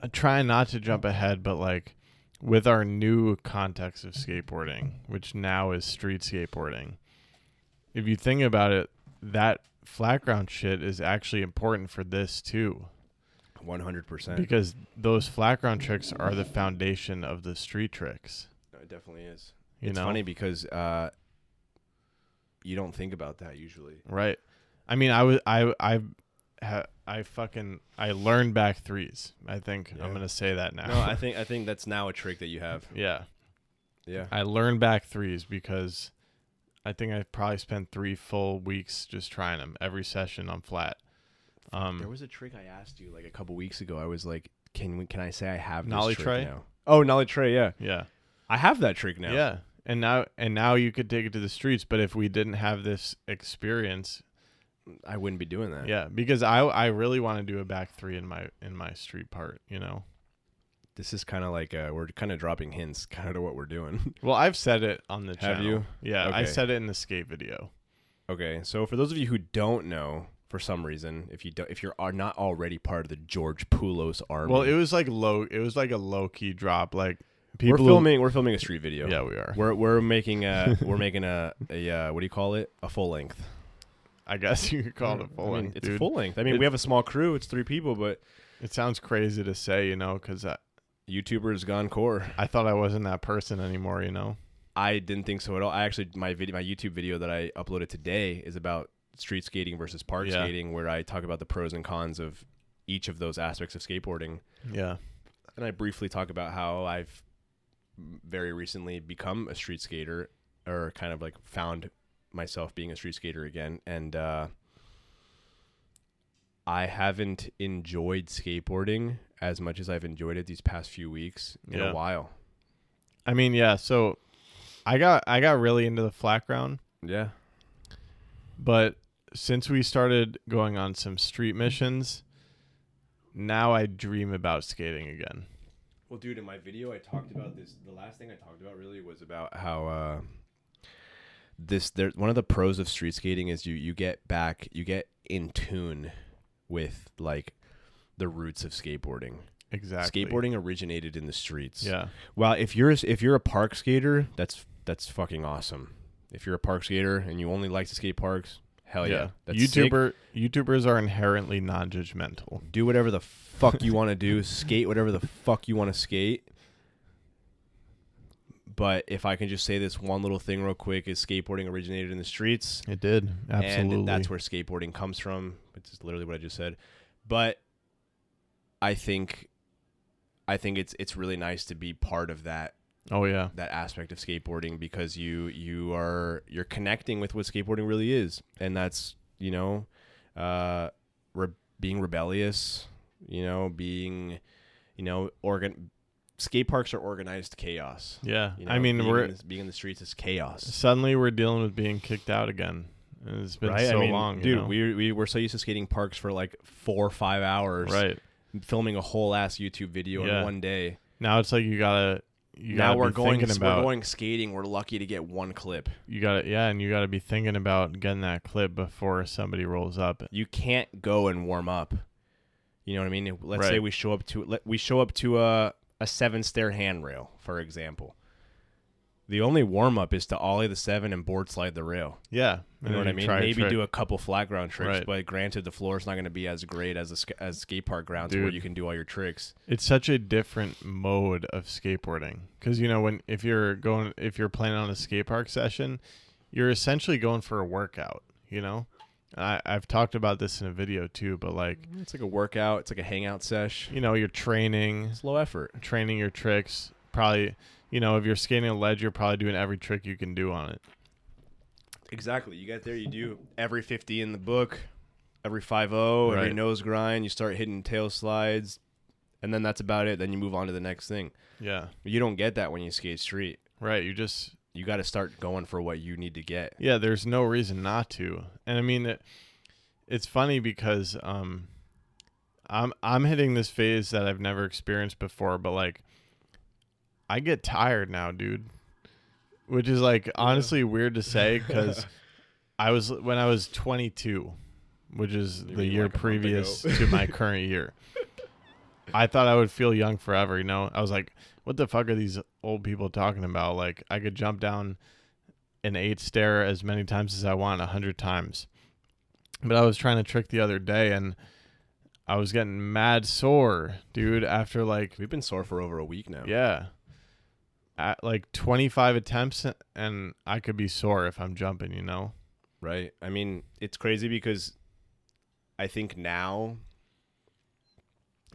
[SPEAKER 2] I try not to jump ahead, but like with our new context of skateboarding, which now is street skateboarding, if you think about it, that flat ground shit is actually important for this too,
[SPEAKER 1] One hundred percent.
[SPEAKER 2] because those flat ground tricks are the foundation of the street tricks.
[SPEAKER 1] It definitely is.
[SPEAKER 2] You
[SPEAKER 1] it's
[SPEAKER 2] know?
[SPEAKER 1] funny because uh, you don't think about that usually.
[SPEAKER 2] Right. I mean, I was I I ha, I fucking I learned back threes. I think
[SPEAKER 1] Yeah.
[SPEAKER 2] I'm gonna say that now.
[SPEAKER 1] No, I think I think that's now a trick that you have.
[SPEAKER 2] yeah,
[SPEAKER 1] Yeah,
[SPEAKER 2] I learned back threes because I think I probably spent three full weeks just trying them every session on flat.
[SPEAKER 1] there
[SPEAKER 2] Um,
[SPEAKER 1] was a trick I asked you like a couple weeks ago. I was like, can we, can I say I have this
[SPEAKER 2] Nollie
[SPEAKER 1] trick
[SPEAKER 2] tray?
[SPEAKER 1] now? Oh, nollie tray. Yeah,
[SPEAKER 2] yeah,
[SPEAKER 1] I have that trick now.
[SPEAKER 2] yeah. And now and now you could take it to the streets. But if we didn't have this experience,
[SPEAKER 1] I wouldn't be doing that.
[SPEAKER 2] yeah, because I I really want to do a back three in my in my street part. You know.
[SPEAKER 1] This is kind of like uh, we're kind of dropping hints, kind of to what we're doing.
[SPEAKER 2] Well, I've said it on the
[SPEAKER 1] Have
[SPEAKER 2] channel.
[SPEAKER 1] you?
[SPEAKER 2] Yeah, I
[SPEAKER 1] Okay.
[SPEAKER 2] said it in the skate video.
[SPEAKER 1] Okay, so for those of you who don't know, for some reason, if you don't, if you are not already part of the George Poulos army,
[SPEAKER 2] Well, it was like low. It was like a low key drop. Like
[SPEAKER 1] we're
[SPEAKER 2] people who-
[SPEAKER 1] filming we're filming a street video.
[SPEAKER 2] Yeah, we are.
[SPEAKER 1] we're we're making a we're making a a uh, what do you call it? A full length.
[SPEAKER 2] I guess you could call it a full
[SPEAKER 3] I mean,
[SPEAKER 2] length,
[SPEAKER 3] It's
[SPEAKER 2] dude.
[SPEAKER 3] full length. I mean, we
[SPEAKER 2] It-
[SPEAKER 3] have a small crew. It's three people, but
[SPEAKER 2] It sounds crazy to say, you know, because I,
[SPEAKER 1] YouTuber has gone core.
[SPEAKER 2] I thought I wasn't that person anymore, you know.
[SPEAKER 1] I didn't think so at all. I actually my video my YouTube video that I uploaded today is about street skating versus park
[SPEAKER 2] Yeah.
[SPEAKER 1] skating where I talk about the pros and cons of each of those aspects of skateboarding
[SPEAKER 2] Yeah,
[SPEAKER 1] and I briefly talk about how I've very recently become a street skater or kind of like found myself being a street skater again and uh I haven't enjoyed skateboarding as much as I've enjoyed it these past few weeks in
[SPEAKER 2] Yeah.
[SPEAKER 1] a while.
[SPEAKER 2] I mean, yeah. So I got I got really into the flat ground,
[SPEAKER 1] Yeah.
[SPEAKER 2] but since we started going on some street missions, now I dream about skating again.
[SPEAKER 1] Well, dude, in my video, I talked about this. The last thing I talked about really was about how uh, this. There, one of the pros of street skating is you you get back, you get in tune with like the roots of skateboarding.
[SPEAKER 2] Exactly.
[SPEAKER 1] Skateboarding originated in the streets.
[SPEAKER 2] Yeah.
[SPEAKER 1] Well, if you're if you're a park skater, that's that's fucking awesome. If you're a park skater and you only like to skate parks, hell Oh, yeah, that's sick.
[SPEAKER 2] YouTuber YouTubers are inherently non-judgmental.
[SPEAKER 1] do whatever the fuck you want to do, skate whatever the fuck you want to skate. But if I can just say this one little thing real quick is skateboarding originated in the streets.
[SPEAKER 2] It did absolutely.
[SPEAKER 1] And that's where skateboarding comes from, which is literally what I just said. But I think I think it's it's really nice to be part of that
[SPEAKER 2] oh yeah,
[SPEAKER 1] that aspect of skateboarding because you you are you're connecting with what skateboarding really is and that's you know uh re- being rebellious you know being you know organ skate parks are organized chaos
[SPEAKER 2] yeah.
[SPEAKER 1] you
[SPEAKER 2] I
[SPEAKER 1] know,
[SPEAKER 2] mean,
[SPEAKER 1] being
[SPEAKER 2] we're
[SPEAKER 1] in the, being in the streets is chaos
[SPEAKER 2] suddenly we're dealing with being kicked out again. And It's been
[SPEAKER 1] right
[SPEAKER 2] so
[SPEAKER 1] I mean,
[SPEAKER 2] long, you
[SPEAKER 1] dude
[SPEAKER 2] know?
[SPEAKER 1] we, we were so used to skating parks for like four or five hours
[SPEAKER 2] right
[SPEAKER 1] filming a whole ass youtube video
[SPEAKER 2] Yeah.
[SPEAKER 1] in one day
[SPEAKER 2] now. It's like you gotta. You
[SPEAKER 1] now
[SPEAKER 2] gotta
[SPEAKER 1] we're
[SPEAKER 2] be
[SPEAKER 1] going
[SPEAKER 2] thinking about
[SPEAKER 1] we're going skating we're lucky to get one clip
[SPEAKER 2] you gotta yeah, and you gotta be thinking about getting that clip before somebody rolls up.
[SPEAKER 1] you can't go and warm up. You know what I mean? Let's say
[SPEAKER 2] Right.
[SPEAKER 1] we show up to let, we show up to a a seven stair handrail, for example. The only warm up is to ollie the seven and board slide the rail.
[SPEAKER 2] Yeah,
[SPEAKER 1] You know what I mean? Maybe do a couple flat ground tricks,
[SPEAKER 2] Right.
[SPEAKER 1] but granted, the floor is not going to be as great as a, sk- as skate park grounds where
[SPEAKER 2] Dude.
[SPEAKER 1] you can do all your tricks.
[SPEAKER 2] It's such a different mode of skateboarding because you know when if you're going if you're planning on a skate park session, you're essentially going for a workout. You know, I I've talked about this in a video too, but like
[SPEAKER 1] It's like a workout. It's like a hangout sesh.
[SPEAKER 2] you know you're training,
[SPEAKER 1] It's low effort.
[SPEAKER 2] training your tricks. Probably you know if you're skating a ledge, you're probably doing every trick you can do on it.
[SPEAKER 1] Exactly. You get there, you do every 50 in the book, every 5 0, every
[SPEAKER 2] Right.
[SPEAKER 1] nose grind, you start hitting tail slides, and then that's about it. Then you move on to the next thing.
[SPEAKER 2] Yeah,
[SPEAKER 1] You don't get that when you skate street.
[SPEAKER 2] right. You just
[SPEAKER 1] You got to start going for what you need to get.
[SPEAKER 2] Yeah, there's no reason not to. And I mean, it, it's funny because um, I'm I'm hitting this phase that I've never experienced before, but like, I get tired now, dude. Which is like honestly weird to say because I was when I was 22, which is the
[SPEAKER 1] mean
[SPEAKER 2] year
[SPEAKER 1] like a month
[SPEAKER 2] previous
[SPEAKER 1] ago.
[SPEAKER 2] to my current year. I thought I would feel young forever, you know. I was like, what the fuck are these old people talking about? Like, I could jump down an eight stair as many times as I want, a hundred times. But I was trying to trick the other day, and I was getting mad sore, dude. After like,
[SPEAKER 1] We've been sore for over a week now.
[SPEAKER 2] yeah, at like twenty five attempts, and I could be sore if I'm jumping, you know.
[SPEAKER 1] Right? I mean, it's crazy because I think now,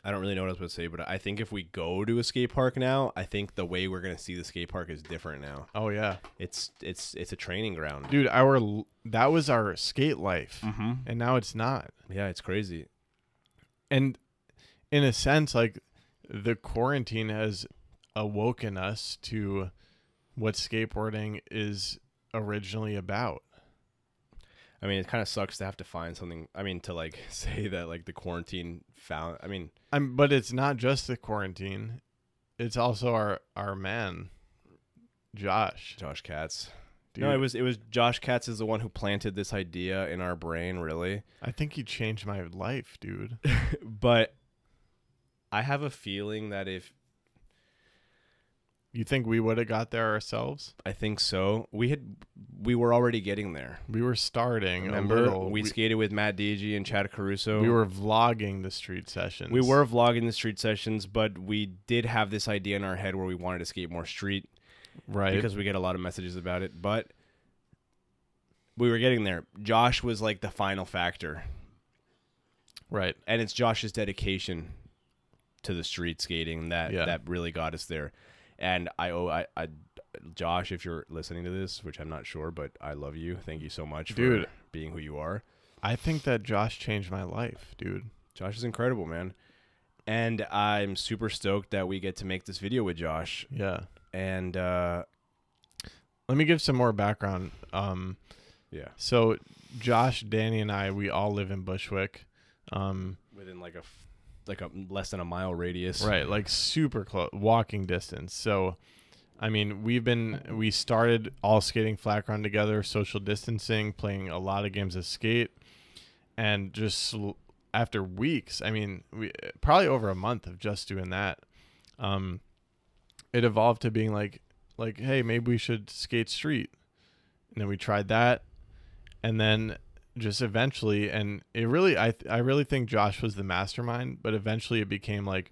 [SPEAKER 1] I don't really know what I was going to say, but I think if we go to a skate park now, I think the way we're going to see the skate park is different now.
[SPEAKER 2] Oh yeah,
[SPEAKER 1] It's it's it's a training ground.
[SPEAKER 2] dude. Our l- that was our skate life,
[SPEAKER 1] Mm-hmm.
[SPEAKER 2] and now it's not.
[SPEAKER 1] Yeah, it's crazy.
[SPEAKER 2] and in a sense like the quarantine has awoken us to what skateboarding is originally about
[SPEAKER 1] I mean, it kind of sucks to have to find something. I mean, to like say that like the quarantine found. I mean,
[SPEAKER 2] um, but it's not just the quarantine it's also our our man josh
[SPEAKER 1] Josh Katz.
[SPEAKER 2] dude,
[SPEAKER 1] No, it was it was Josh Katz is the one who planted this idea in our brain, really.
[SPEAKER 2] i think he changed my life dude
[SPEAKER 1] But I have a feeling that if
[SPEAKER 2] You think we would have got there ourselves?
[SPEAKER 1] I think so. We had we were already getting there.
[SPEAKER 2] We were starting. a
[SPEAKER 1] Remember,
[SPEAKER 2] little.
[SPEAKER 1] we, skated with Matt DG and Chad Caruso.
[SPEAKER 2] we were vlogging the street sessions.
[SPEAKER 1] we were vlogging the street sessions, but we did have this idea in our head where we wanted to skate more street
[SPEAKER 2] right.
[SPEAKER 1] because we get a lot of messages about it. But we were getting there. Josh was like the final factor,
[SPEAKER 2] right.
[SPEAKER 1] and it's Josh's dedication to the street skating that
[SPEAKER 2] Yeah.
[SPEAKER 1] that really got us there. And I owe I, I Josh, if you're listening to this, which I'm not sure, but I love you. Thank you so much,
[SPEAKER 2] Dude.
[SPEAKER 1] for being who you are.
[SPEAKER 2] I think that Josh changed my life, dude.
[SPEAKER 1] Josh is incredible, man. And I'm super stoked that we get to make this video with Josh.
[SPEAKER 2] Yeah.
[SPEAKER 1] And uh,
[SPEAKER 2] Let me give some more background. Um,
[SPEAKER 1] yeah,
[SPEAKER 2] so Josh, Danny, and I, we all live in Bushwick. Um,
[SPEAKER 1] within like a f- like a less than a mile radius.
[SPEAKER 2] right, like super close, walking distance. So, I mean, we've been we started all skating flat ground together, social distancing, playing a lot of games of skate, and just sl- after weeks, I mean, we probably over a month of just doing that. Um, it evolved to being like, like, hey, maybe we should skate street, and then we tried that, and then just eventually, and it really, I, th- I really think Josh was the mastermind, but eventually it became like,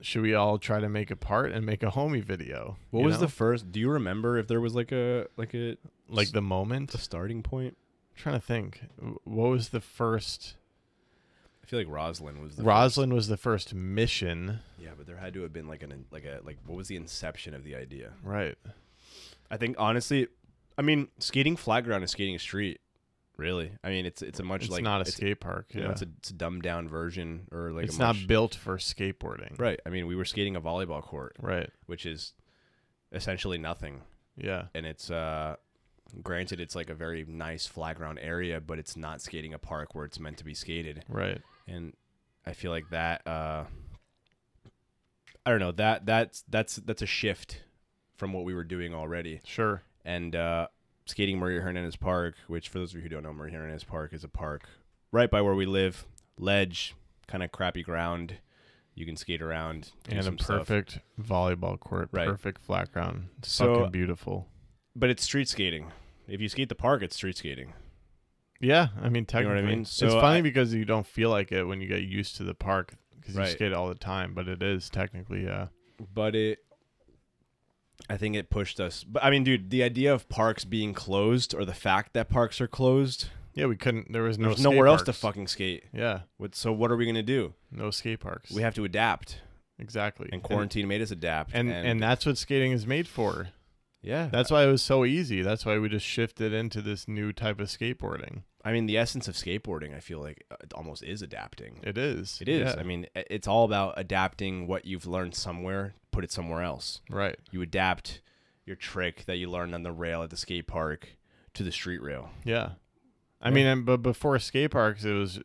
[SPEAKER 2] should we all try to make a part and make a homie video?
[SPEAKER 1] What
[SPEAKER 2] you
[SPEAKER 1] was
[SPEAKER 2] know?
[SPEAKER 1] the first? Do you remember if there was like a like a,
[SPEAKER 2] like the moment?
[SPEAKER 1] a starting point?
[SPEAKER 2] trying to think, what was the first?
[SPEAKER 1] I feel like Roslyn was the
[SPEAKER 2] Roslyn was the first mission,
[SPEAKER 1] Yeah, but there had to have been like an like a like what was the inception of the idea?
[SPEAKER 2] right?
[SPEAKER 1] I think honestly, I mean, skating flat ground is skating a street. Really, I mean, it's it's a much
[SPEAKER 2] It's
[SPEAKER 1] like
[SPEAKER 2] not a
[SPEAKER 1] it's,
[SPEAKER 2] skate park.
[SPEAKER 1] you
[SPEAKER 2] Yeah,
[SPEAKER 1] know, it's a, it's a dumbed down version or like
[SPEAKER 2] it's
[SPEAKER 1] a
[SPEAKER 2] not
[SPEAKER 1] much-
[SPEAKER 2] built for skateboarding.
[SPEAKER 1] right. I mean, we were skating a volleyball court,
[SPEAKER 2] Right.
[SPEAKER 1] which is essentially nothing,
[SPEAKER 2] Yeah.
[SPEAKER 1] and it's uh, granted, it's like a very nice flat ground area, but it's not skating a park where it's meant to be skated.
[SPEAKER 2] Right.
[SPEAKER 1] and I feel like that uh I don't know that that's that's that's a shift from what we were doing already
[SPEAKER 2] Sure.
[SPEAKER 1] and uh skating Maria Hernandez Park which for those of you who don't know Maria Hernandez Park is a park right by where we live ledge kind of crappy ground you can skate around do
[SPEAKER 2] And a
[SPEAKER 1] some stuff.
[SPEAKER 2] perfect volleyball court.
[SPEAKER 1] Right.
[SPEAKER 2] Perfect flat ground. It's
[SPEAKER 1] So-
[SPEAKER 2] fucking beautiful.
[SPEAKER 1] but it's street skating if you skate the park it's street skating
[SPEAKER 2] Yeah. I mean,
[SPEAKER 1] know what I
[SPEAKER 2] technically,
[SPEAKER 1] mean? So
[SPEAKER 2] it's funny
[SPEAKER 1] I-
[SPEAKER 2] because you don't feel like it when you get used to the park because
[SPEAKER 1] Right.
[SPEAKER 2] you skate all the time, but it is technically, uh, yeah.
[SPEAKER 1] but it I think it pushed us but I mean dude the idea of parks being closed or the fact that parks are closed
[SPEAKER 2] Yeah. We couldn't, there was no,
[SPEAKER 1] There's
[SPEAKER 2] skate
[SPEAKER 1] nowhere else to
[SPEAKER 2] parks.
[SPEAKER 1] fucking skate.
[SPEAKER 2] Yeah.
[SPEAKER 1] What, so what are we gonna do?
[SPEAKER 2] No skate parks.
[SPEAKER 1] We have to adapt,
[SPEAKER 2] exactly.
[SPEAKER 1] and quarantine made us adapt.
[SPEAKER 2] And, and, and that's what skating is made for.
[SPEAKER 1] yeah,
[SPEAKER 2] That's why it was so easy. That's why we just shifted into this new type of skateboarding.
[SPEAKER 1] I mean the essence of skateboarding. I feel like uh, it almost is adapting.
[SPEAKER 2] It is.
[SPEAKER 1] It is.
[SPEAKER 2] Yeah.
[SPEAKER 1] I mean, i- it's all about adapting what you've learned somewhere, put it somewhere else.
[SPEAKER 2] right.
[SPEAKER 1] You adapt your trick that you learned on the rail at the skate park to the street rail.
[SPEAKER 2] Yeah. I
[SPEAKER 1] Yeah.
[SPEAKER 2] mean, and, but before skate parks, it was,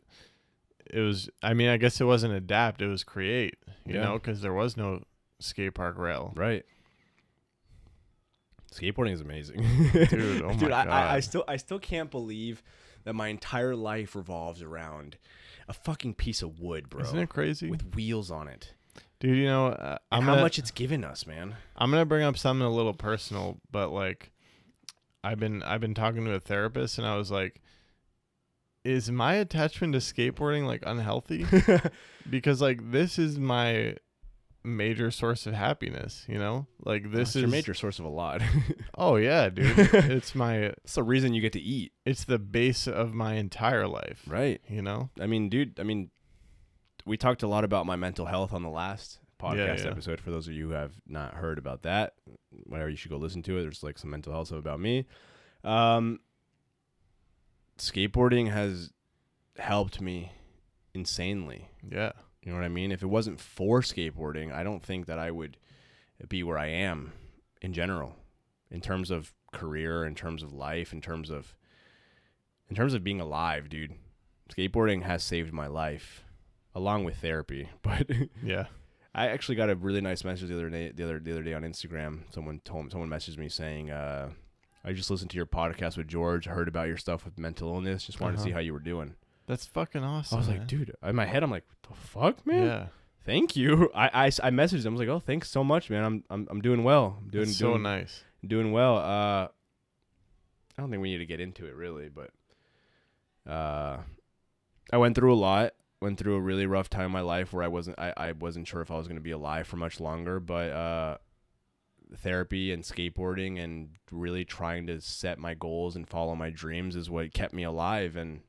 [SPEAKER 2] it was. I mean, I guess it wasn't adapt. It was create. You know,
[SPEAKER 1] Yeah.
[SPEAKER 2] 'cause know, because there was no skate park rail.
[SPEAKER 1] Right. Skateboarding is amazing,
[SPEAKER 2] Dude, oh my
[SPEAKER 1] Dude, I, I, I
[SPEAKER 2] God.
[SPEAKER 1] still I still can't believe that my entire life revolves around a fucking piece of wood, bro,
[SPEAKER 2] Isn't it crazy,
[SPEAKER 1] with wheels on it.
[SPEAKER 2] dude? You know, uh, I'm
[SPEAKER 1] And
[SPEAKER 2] gonna,
[SPEAKER 1] how much it's given us, man.
[SPEAKER 2] I'm gonna bring up something a little personal, but like, I've been I've been talking to a therapist, and I was like, is my attachment to skateboarding like unhealthy? because like this is my major source of happiness. You know, like this
[SPEAKER 1] it's
[SPEAKER 2] is
[SPEAKER 1] your major source of a lot.
[SPEAKER 2] Oh yeah, dude. it's my
[SPEAKER 1] it's the reason you get to eat,
[SPEAKER 2] it's the base of my entire life.
[SPEAKER 1] right?
[SPEAKER 2] You know?
[SPEAKER 1] I mean, dude. I mean, we talked a lot about my mental health on the last podcast
[SPEAKER 2] yeah.
[SPEAKER 1] episode. For those of you who have not heard about that, whatever, you should go listen to it. There's like some mental health stuff about me. Um, skateboarding has helped me insanely.
[SPEAKER 2] Yeah.
[SPEAKER 1] You know what I mean? If it wasn't for skateboarding, I don't think that I would be where I am in general, in terms of career, in terms of life, in terms of in terms of being alive, dude. Skateboarding has saved my life, along with therapy. But
[SPEAKER 2] Yeah.
[SPEAKER 1] I actually got a really nice message the other day. The other the other day on Instagram, someone told someone messaged me saying, uh, "I just listened to your podcast with George. I heard about your stuff with mental illness. Just wanted to
[SPEAKER 2] Uh-huh.
[SPEAKER 1] see how you were doing."
[SPEAKER 2] That's fucking awesome.
[SPEAKER 1] I was like,
[SPEAKER 2] man.
[SPEAKER 1] "Dude," in my head, I'm like, "What the fuck, man?"
[SPEAKER 2] Yeah.
[SPEAKER 1] thank you. I, I, I messaged him. I was like, oh, thanks so much, man. I'm I'm, I'm doing well. I'm doing
[SPEAKER 2] That's so
[SPEAKER 1] doing,
[SPEAKER 2] nice.
[SPEAKER 1] doing well. Uh, I don't think we need to get into it really, but uh, I went through a lot. Went through a really rough time in my life where I wasn't I, I wasn't sure if I was going to be alive for much longer. But uh, therapy and skateboarding and really trying to set my goals and follow my dreams is what kept me alive. And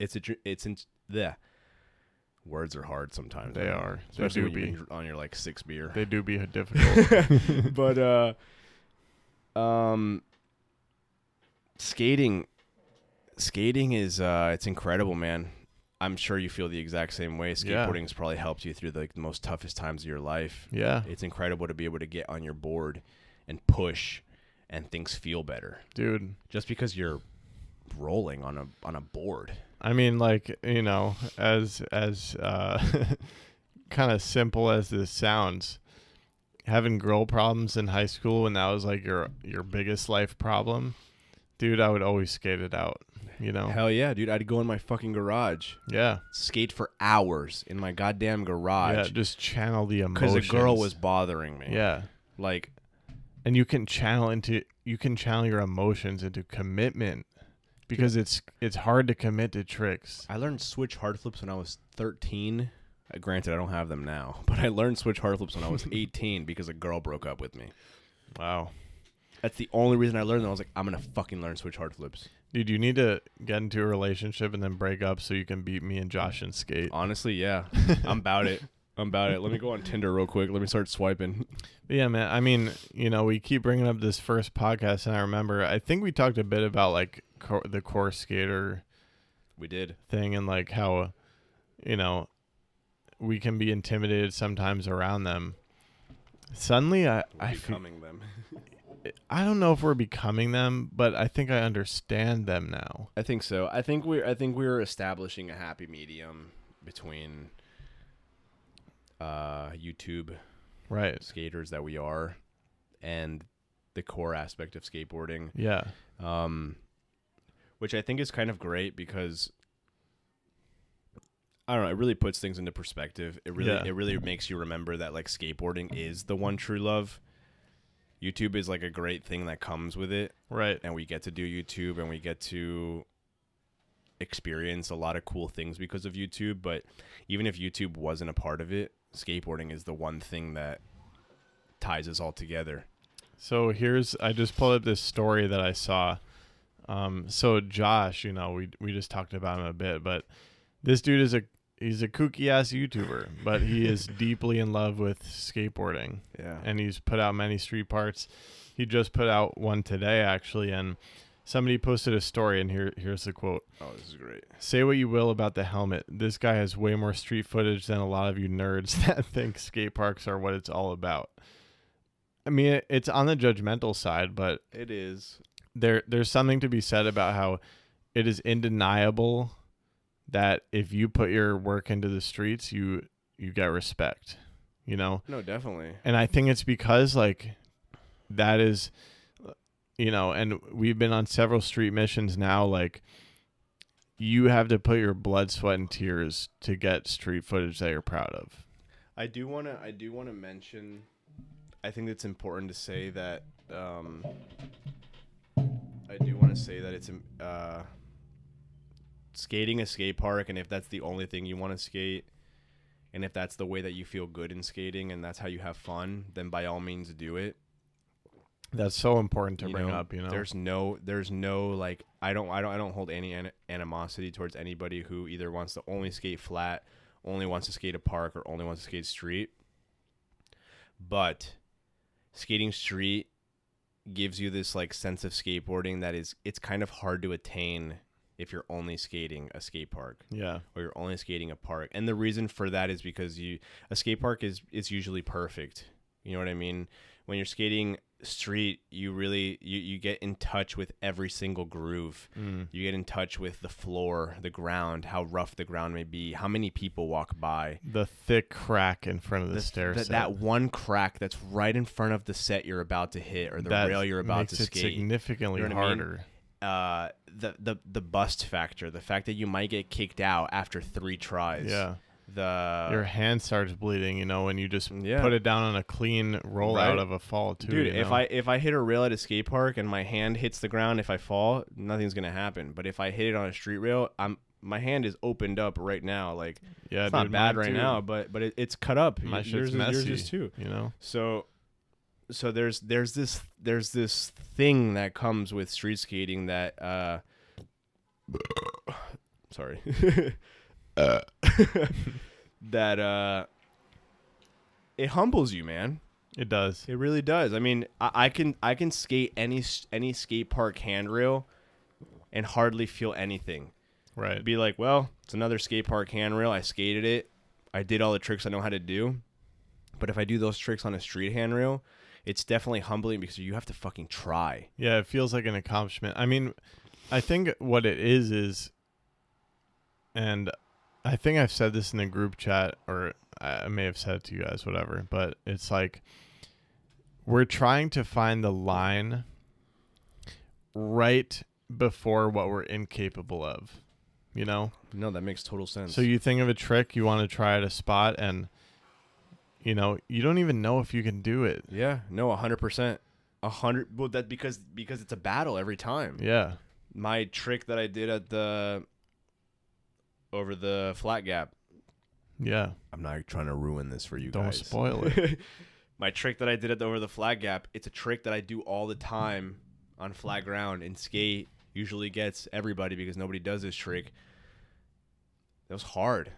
[SPEAKER 1] it's a dr- it's in the words are hard sometimes.
[SPEAKER 2] They
[SPEAKER 1] man.
[SPEAKER 2] are. They
[SPEAKER 1] especially
[SPEAKER 2] do
[SPEAKER 1] when you've
[SPEAKER 2] be.
[SPEAKER 4] been-
[SPEAKER 1] been on your like six beer
[SPEAKER 2] They do be difficult.
[SPEAKER 1] but uh um skating skating is uh it's incredible man i'm sure you feel the exact same way
[SPEAKER 2] Yeah.
[SPEAKER 1] skateboarding's probably helped you through the, like, the most toughest times of your life
[SPEAKER 2] yeah,
[SPEAKER 1] it's incredible to be able to get on your board and push and things feel better
[SPEAKER 2] dude.
[SPEAKER 1] just because you're rolling on a on a board
[SPEAKER 2] I mean, like you know, as as uh, kind of simple as this sounds, having girl problems in high school when that was like your your biggest life problem, dude. I would always skate it out. You know.
[SPEAKER 1] hell yeah dude i'd go in my fucking garage
[SPEAKER 2] Yeah.
[SPEAKER 1] skate for hours in my goddamn
[SPEAKER 2] Yeah.
[SPEAKER 1] garage
[SPEAKER 2] Just channel the
[SPEAKER 1] because
[SPEAKER 2] emotions.
[SPEAKER 1] a girl was bothering me
[SPEAKER 2] Yeah.
[SPEAKER 1] like
[SPEAKER 2] and you can channel into you can channel your emotions into commitment because it's it's hard to commit to tricks
[SPEAKER 1] I learned switch hard flips when I was 13. Uh, granted, I don't have them now, but I learned switch hard flips when I was 18 because a girl broke up with me.
[SPEAKER 2] wow
[SPEAKER 1] That's the only reason I learned them. I was like, I'm gonna fucking learn switch hard flips.
[SPEAKER 2] dude you need to get into a relationship and then break up so you can beat me and josh and skate
[SPEAKER 1] Honestly, yeah, I'm about it. I'm about it. Let me go on Tinder real quick. Let me start swiping.
[SPEAKER 2] But yeah man i mean you know we keep bringing up this first podcast and i remember i think we talked a bit about like co- the core skater
[SPEAKER 1] We did.
[SPEAKER 2] thing and like how you know we can be intimidated sometimes around them suddenly i i feel
[SPEAKER 1] coming them.
[SPEAKER 2] I don't know if we're becoming them, but I think I understand them now.
[SPEAKER 1] I think so. I think we. I think we are establishing a happy medium between uh, YouTube
[SPEAKER 2] Right.
[SPEAKER 1] skaters that we are and the core aspect of skateboarding.
[SPEAKER 2] Yeah.
[SPEAKER 1] um, which I think is kind of great because I don't know. It really puts things into perspective. It really
[SPEAKER 2] Yeah.
[SPEAKER 1] it really makes you remember that like skateboarding is the one true love. YouTube is like a great thing that comes with it,
[SPEAKER 2] Right.
[SPEAKER 1] and we get to do YouTube and we get to experience a lot of cool things because of YouTube. But even if YouTube wasn't a part of it, skateboarding is the one thing that ties us all together.
[SPEAKER 2] So here's I just pulled up this story that I saw. Um, so Josh, you know, we we just talked about him a bit, but this dude is a he's a kooky ass YouTuber, but he is deeply in love with skateboarding.
[SPEAKER 1] Yeah.
[SPEAKER 2] and he's put out many street parts. He just put out one today actually, and somebody posted a story, and here here's the quote.
[SPEAKER 1] Oh, this is great.
[SPEAKER 2] Say what you will about the helmet. This guy has way more street footage than a lot of you nerds that think skate parks are what it's all about. I mean, it- it's on the judgmental side, but
[SPEAKER 1] It is.
[SPEAKER 2] there there's something to be said about how it is undeniable that if you put your work into the streets, you you get respect, you know?
[SPEAKER 1] No, definitely.
[SPEAKER 2] And I think it's because like that is you know, and we've been on several street missions now like you have to put your blood, sweat and tears to get street footage that you're proud of.
[SPEAKER 1] I do want to. I do want to mention. I think it's important to say that. Um, I do want to say that it's im- uh, skating a skate park, and if that's the only thing you want to skate, and if that's the way that you feel good in skating, and that's how you have fun, then by all means do it.
[SPEAKER 2] That's so important to
[SPEAKER 1] you
[SPEAKER 2] bring
[SPEAKER 1] know,
[SPEAKER 2] up, you know.
[SPEAKER 1] There's no. There's no like. I don't. I don't. I don't hold any an- animosity towards anybody who either wants to only skate flat, only wants to skate a park, or only wants to skate street. but skating street gives you this like sense of skateboarding that is it's kind of hard to attain if you're only skating a skate park
[SPEAKER 2] yeah.
[SPEAKER 1] or you're only skating a park and the reason for that is because you a skate park is is usually perfect you know what i mean when you're skating street you really you, you get in touch with every single groove
[SPEAKER 2] Mm.
[SPEAKER 1] you get in touch with the floor the ground how rough the ground may be how many people walk by
[SPEAKER 2] The thick crack in front of the,
[SPEAKER 1] the-
[SPEAKER 2] stairs.
[SPEAKER 1] that, that one crack that's right in front of the set you're about to hit or the rail you're about
[SPEAKER 2] makes
[SPEAKER 1] to
[SPEAKER 2] it
[SPEAKER 1] skate.
[SPEAKER 2] significantly
[SPEAKER 1] You know what I mean?
[SPEAKER 2] harder.
[SPEAKER 1] uh, the the the bust factor, the fact that you might get kicked out after three tries.
[SPEAKER 2] Yeah,
[SPEAKER 1] the
[SPEAKER 2] Your hand starts bleeding, you know, when you just
[SPEAKER 1] uh, Yeah.
[SPEAKER 2] put it down on a clean rollout
[SPEAKER 1] Right.
[SPEAKER 2] of a fall too.
[SPEAKER 1] Dude,
[SPEAKER 2] you
[SPEAKER 1] if
[SPEAKER 2] know?
[SPEAKER 1] I if I hit a rail at a skate park and my hand hits the ground, if I fall, nothing's gonna happen. But if I hit it on a street rail, I'm my hand is opened up right now. Like
[SPEAKER 2] yeah,
[SPEAKER 1] it's not
[SPEAKER 2] dude,
[SPEAKER 1] bad
[SPEAKER 2] mine
[SPEAKER 1] right
[SPEAKER 2] too,
[SPEAKER 1] now, but but it, it's cut up.
[SPEAKER 2] My
[SPEAKER 1] Y-
[SPEAKER 2] shit's
[SPEAKER 1] yours, is, yours
[SPEAKER 2] messy.
[SPEAKER 1] is too.
[SPEAKER 2] You know,
[SPEAKER 1] So so there's there's this there's this thing that comes with street skating that uh sorry
[SPEAKER 2] Uh.
[SPEAKER 1] that uh it humbles you, man.
[SPEAKER 2] it does.
[SPEAKER 1] It really does. I mean, I, I can I can skate any s- any skate park handrail, and hardly feel anything.
[SPEAKER 2] Right.
[SPEAKER 1] I'd be like, well, it's another skate park handrail. I skated it. I did all the tricks I know how to do. But if I do those tricks on a street handrail, it's definitely humbling because you have to fucking try.
[SPEAKER 2] Yeah, it feels like an accomplishment. I mean, I think what it is is, and I think I've said this in the group chat, or I I may have said it to you guys, whatever, but it's like we're trying to find the line right before what we're incapable of, you know?
[SPEAKER 1] No, that makes total sense.
[SPEAKER 2] So you think of a trick, you want to try at a spot, and you know, you don't even know if you can do it.
[SPEAKER 1] yeah, no, hundred percent, hundred. Well, that because because it's a battle every time.
[SPEAKER 2] Yeah.
[SPEAKER 1] my trick that I did at the over the flat gap.
[SPEAKER 2] Yeah.
[SPEAKER 1] I'm not trying to ruin this for you
[SPEAKER 2] Don't
[SPEAKER 1] guys.
[SPEAKER 2] spoil it.
[SPEAKER 1] my trick that I did at the over the flat gap, it's a trick that I do all the time on flat ground and skate usually gets everybody because nobody does this trick. That was hard.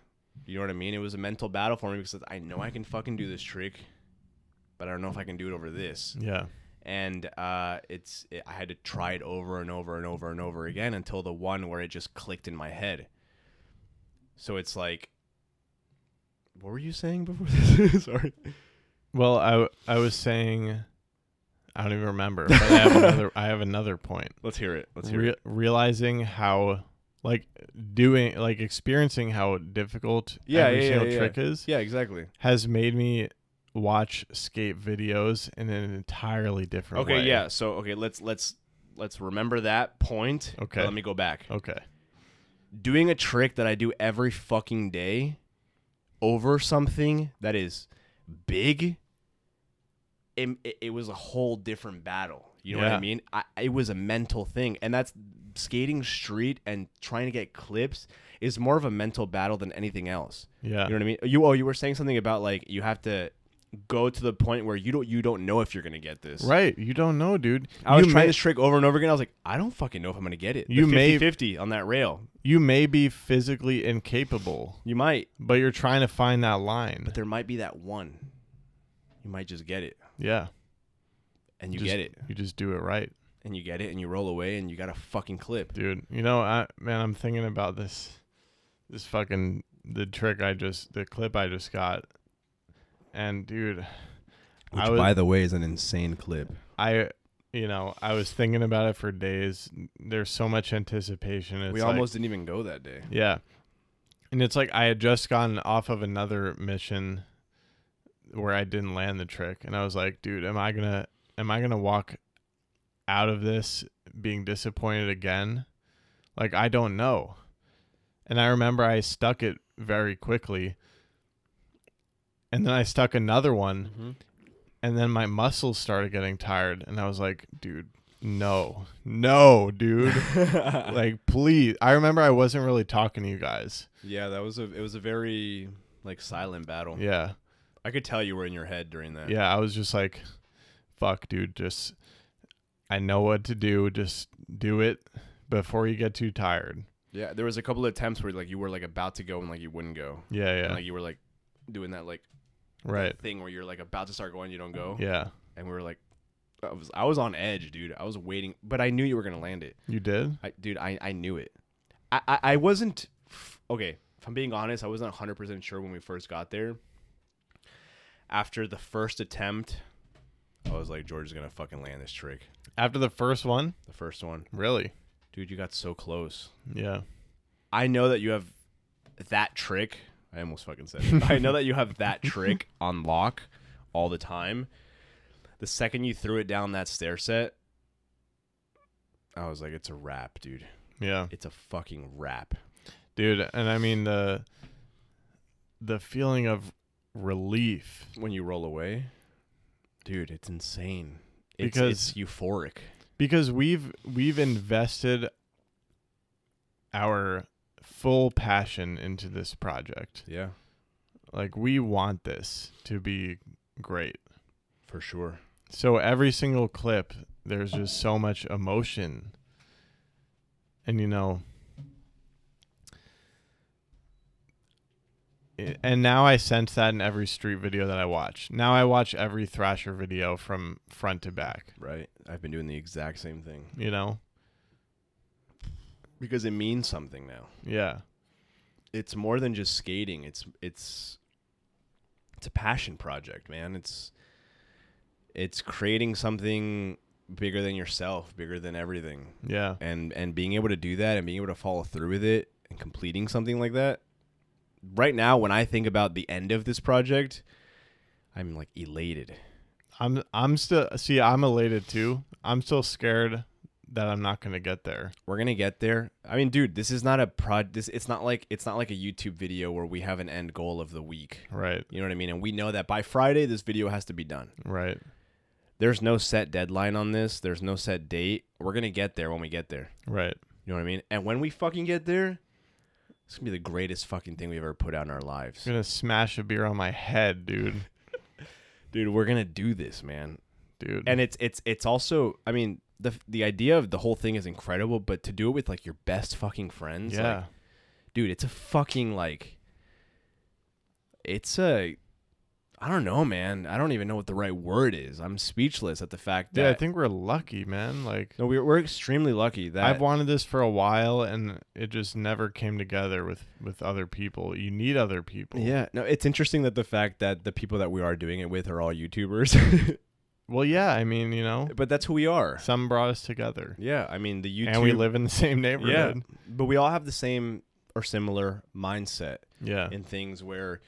[SPEAKER 1] You know what I mean? It was a mental battle for me because I know I can fucking do this trick, but I don't know if I can do it over this
[SPEAKER 2] Yeah.
[SPEAKER 1] and uh, it's it, I had to try it over and over and over and over again until the one where it just clicked in my head. So it's like, what were you saying before this? Sorry.
[SPEAKER 2] Well, I w- I was saying, I don't even remember. But I have another. I have another point.
[SPEAKER 1] Let's hear it. Let's hear
[SPEAKER 2] Re-
[SPEAKER 1] it.
[SPEAKER 2] realizing how, like, doing like experiencing how difficult
[SPEAKER 1] Yeah,
[SPEAKER 2] every
[SPEAKER 1] yeah, yeah,
[SPEAKER 2] single
[SPEAKER 1] yeah.
[SPEAKER 2] trick is
[SPEAKER 1] Yeah, exactly.
[SPEAKER 2] has made me watch skate videos in an entirely different
[SPEAKER 1] Okay,
[SPEAKER 2] way.
[SPEAKER 1] yeah. So okay, let's let's let's remember that point. but
[SPEAKER 2] Okay.
[SPEAKER 1] Let me go back.
[SPEAKER 2] Okay.
[SPEAKER 1] Doing a trick that I do every fucking day over something that is big. It, it, it was a whole different battle. You know what I
[SPEAKER 2] Yeah.
[SPEAKER 1] mean? I, it was a mental thing, and that's skating street and trying to get clips is more of a mental battle than anything else.
[SPEAKER 2] Yeah.
[SPEAKER 1] You know what I mean? You oh, you were saying something about like you have to go to the point where you don't you don't know if you're gonna get this.
[SPEAKER 2] Right. You don't know, dude.
[SPEAKER 1] I was
[SPEAKER 2] you
[SPEAKER 1] trying
[SPEAKER 2] may,
[SPEAKER 1] this trick over and over again. I was like, I don't fucking know if I'm gonna get it.
[SPEAKER 2] You may-
[SPEAKER 1] 50 on that rail.
[SPEAKER 2] you may be physically incapable,
[SPEAKER 1] You might,
[SPEAKER 2] but you're trying to find that line.
[SPEAKER 1] but there might be that one. You might just get it,
[SPEAKER 2] Yeah.
[SPEAKER 1] and you
[SPEAKER 2] Just-
[SPEAKER 1] get it,
[SPEAKER 2] You just do it right.
[SPEAKER 1] and you get it, and you roll away, and you got a fucking clip.
[SPEAKER 2] dude. You know, I man, I'm thinking about this, this fucking the trick I just the clip I just got, and dude, I was
[SPEAKER 1] the way, is an insane clip.
[SPEAKER 2] I you know I was thinking about it for days. There's so much anticipation. It's
[SPEAKER 1] we
[SPEAKER 2] like-
[SPEAKER 1] almost didn't even go that day.
[SPEAKER 2] yeah, and it's like I had just gotten off of another mission where I didn't land the trick, and I was like, dude, am I gonna am I gonna walk out of this being disappointed again? Like I don't know. And I remember I stuck it very quickly. And then I stuck another one
[SPEAKER 1] Mm-hmm.
[SPEAKER 2] and then my muscles started getting tired and I was like, dude, no. No, dude. like please. I remember I wasn't really talking to you guys.
[SPEAKER 1] Yeah, that was a it was a very like silent battle.
[SPEAKER 2] Yeah.
[SPEAKER 1] I could tell you were in your head during that.
[SPEAKER 2] yeah, I was just like, fuck, dude, just I know what to do. Just do it before you get too tired.
[SPEAKER 1] yeah. There was a couple of attempts where like you were like about to go and like you wouldn't go,
[SPEAKER 2] Yeah, yeah.
[SPEAKER 1] and like you were like doing that like
[SPEAKER 2] right.
[SPEAKER 1] thing where you're like about to start going, you don't go,
[SPEAKER 2] Yeah.
[SPEAKER 1] and we were like, I was I was on edge, dude. I was waiting, but I knew you were gonna land it.
[SPEAKER 2] You did?
[SPEAKER 1] I, dude, I, I knew it. I, I, I wasn't f- okay. If I'm being honest, I wasn't 100 percent sure when we first got there. After the first attempt, I was like, George is gonna fucking land this trick.
[SPEAKER 2] After the first one?
[SPEAKER 1] The first one,
[SPEAKER 2] Really?
[SPEAKER 1] dude, you got so close.
[SPEAKER 2] Yeah.
[SPEAKER 1] I know that you have that trick. I almost fucking said. It. I know that you have that trick on lock all the time. The second you threw it down that stair set, I was like, it's a wrap, dude.
[SPEAKER 2] Yeah.
[SPEAKER 1] It's a fucking wrap.
[SPEAKER 2] Dude, and I mean the the feeling of relief
[SPEAKER 1] when you roll away, dude, it's insane. It's,
[SPEAKER 2] Because-
[SPEAKER 1] it's euphoric.
[SPEAKER 2] because we've we've invested our full passion into this project.
[SPEAKER 1] Yeah,
[SPEAKER 2] Like we want this to be great.
[SPEAKER 1] for sure.
[SPEAKER 2] So every single clip, there's just so much emotion. And you know, i- and now I sense that in every street video that I watch. Now I watch every Thrasher video from front to back,
[SPEAKER 1] Right. I've been doing the exact same thing
[SPEAKER 2] you know?
[SPEAKER 1] because it means something now.
[SPEAKER 2] Yeah.
[SPEAKER 1] It's more than just skating. It's it's it's a passion project, man. It's it's creating something bigger than yourself, bigger than everything.
[SPEAKER 2] Yeah.
[SPEAKER 1] and and being able to do that and being able to follow through with it and completing something like that right now when i think about the end of this project i'm like elated
[SPEAKER 2] I'm I'm still see, I'm elated too. I'm still scared that I'm not going to get there.
[SPEAKER 1] we're gonna get there i mean dude this is not a prod this it's not like it's not like a youtube video where we have an end goal of the week
[SPEAKER 2] Right.
[SPEAKER 1] you know what i mean and we know that by friday this video has to be done
[SPEAKER 2] Right.
[SPEAKER 1] there's no set deadline on this there's no set date we're gonna get there when we get there
[SPEAKER 2] Right.
[SPEAKER 1] you know what i mean and when we fucking get there it's gonna be the greatest fucking thing we've ever put out in our lives
[SPEAKER 2] I'm going to smash a beer on my head, dude.
[SPEAKER 1] dude we're gonna do this man
[SPEAKER 2] Dude.
[SPEAKER 1] and it's it's it's also i mean the the idea of the whole thing is incredible but to do it with like your best fucking friends
[SPEAKER 2] yeah.
[SPEAKER 1] like, dude it's a fucking like it's a i don't know man i don't even know what the right word is i'm speechless at the fact that
[SPEAKER 2] Yeah, I think we're lucky, man. Like
[SPEAKER 1] no we're, we're extremely lucky that
[SPEAKER 2] I've wanted this for a while and it just never came together with with other people. You need other people.
[SPEAKER 1] yeah no it's interesting that the fact that the people that we are doing it with are all youtubers
[SPEAKER 2] Well, yeah, I mean, you know,
[SPEAKER 1] but that's who we are
[SPEAKER 2] some brought us together.
[SPEAKER 1] yeah i mean the youtube
[SPEAKER 2] And we live in the same
[SPEAKER 1] yeah
[SPEAKER 2] neighborhood.
[SPEAKER 1] but we all have the same or similar mindset
[SPEAKER 2] Yeah.
[SPEAKER 1] in things where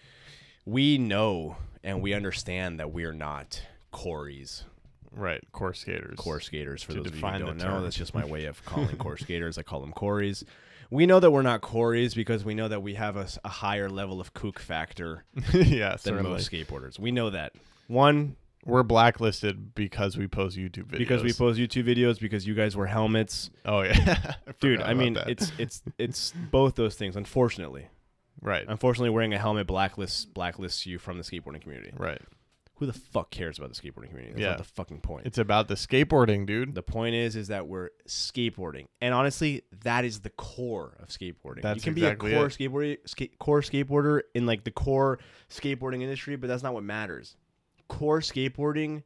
[SPEAKER 1] we know and we understand that we are not Corey's
[SPEAKER 2] Right. Core skaters.
[SPEAKER 1] core skaters. For
[SPEAKER 2] To
[SPEAKER 1] those of you who
[SPEAKER 2] define
[SPEAKER 1] don't
[SPEAKER 2] the
[SPEAKER 1] know,
[SPEAKER 2] term.
[SPEAKER 1] that's just my way of calling core skaters. I call them Corey's. We know that we're not Corey's because we know that we have a, s- a higher level of kook factor
[SPEAKER 2] yeah,
[SPEAKER 1] than
[SPEAKER 2] certainly.
[SPEAKER 1] most skateboarders. We know that. One,
[SPEAKER 2] We're blacklisted because we post YouTube videos.
[SPEAKER 1] because we post YouTube videos, because you guys wear helmets.
[SPEAKER 2] Oh yeah.
[SPEAKER 1] Dude,
[SPEAKER 2] forgot
[SPEAKER 1] I
[SPEAKER 2] about
[SPEAKER 1] mean,
[SPEAKER 2] that.
[SPEAKER 1] it's it's it's both those things. Unfortunately,
[SPEAKER 2] right.
[SPEAKER 1] unfortunately, wearing a helmet blacklists blacklists you from the skateboarding community.
[SPEAKER 2] Right.
[SPEAKER 1] Who the fuck cares about the skateboarding community? That's
[SPEAKER 2] Yeah.
[SPEAKER 1] not the fucking point.
[SPEAKER 2] It's about the skateboarding, dude.
[SPEAKER 1] The point is, is that we're skateboarding, and honestly, that is the core of skateboarding.
[SPEAKER 2] That's
[SPEAKER 1] you can
[SPEAKER 2] exactly
[SPEAKER 1] be a core
[SPEAKER 2] it.
[SPEAKER 1] skateboarder, ska- core skateboarder in like the core skateboarding industry, but that's not what matters. Core skateboarding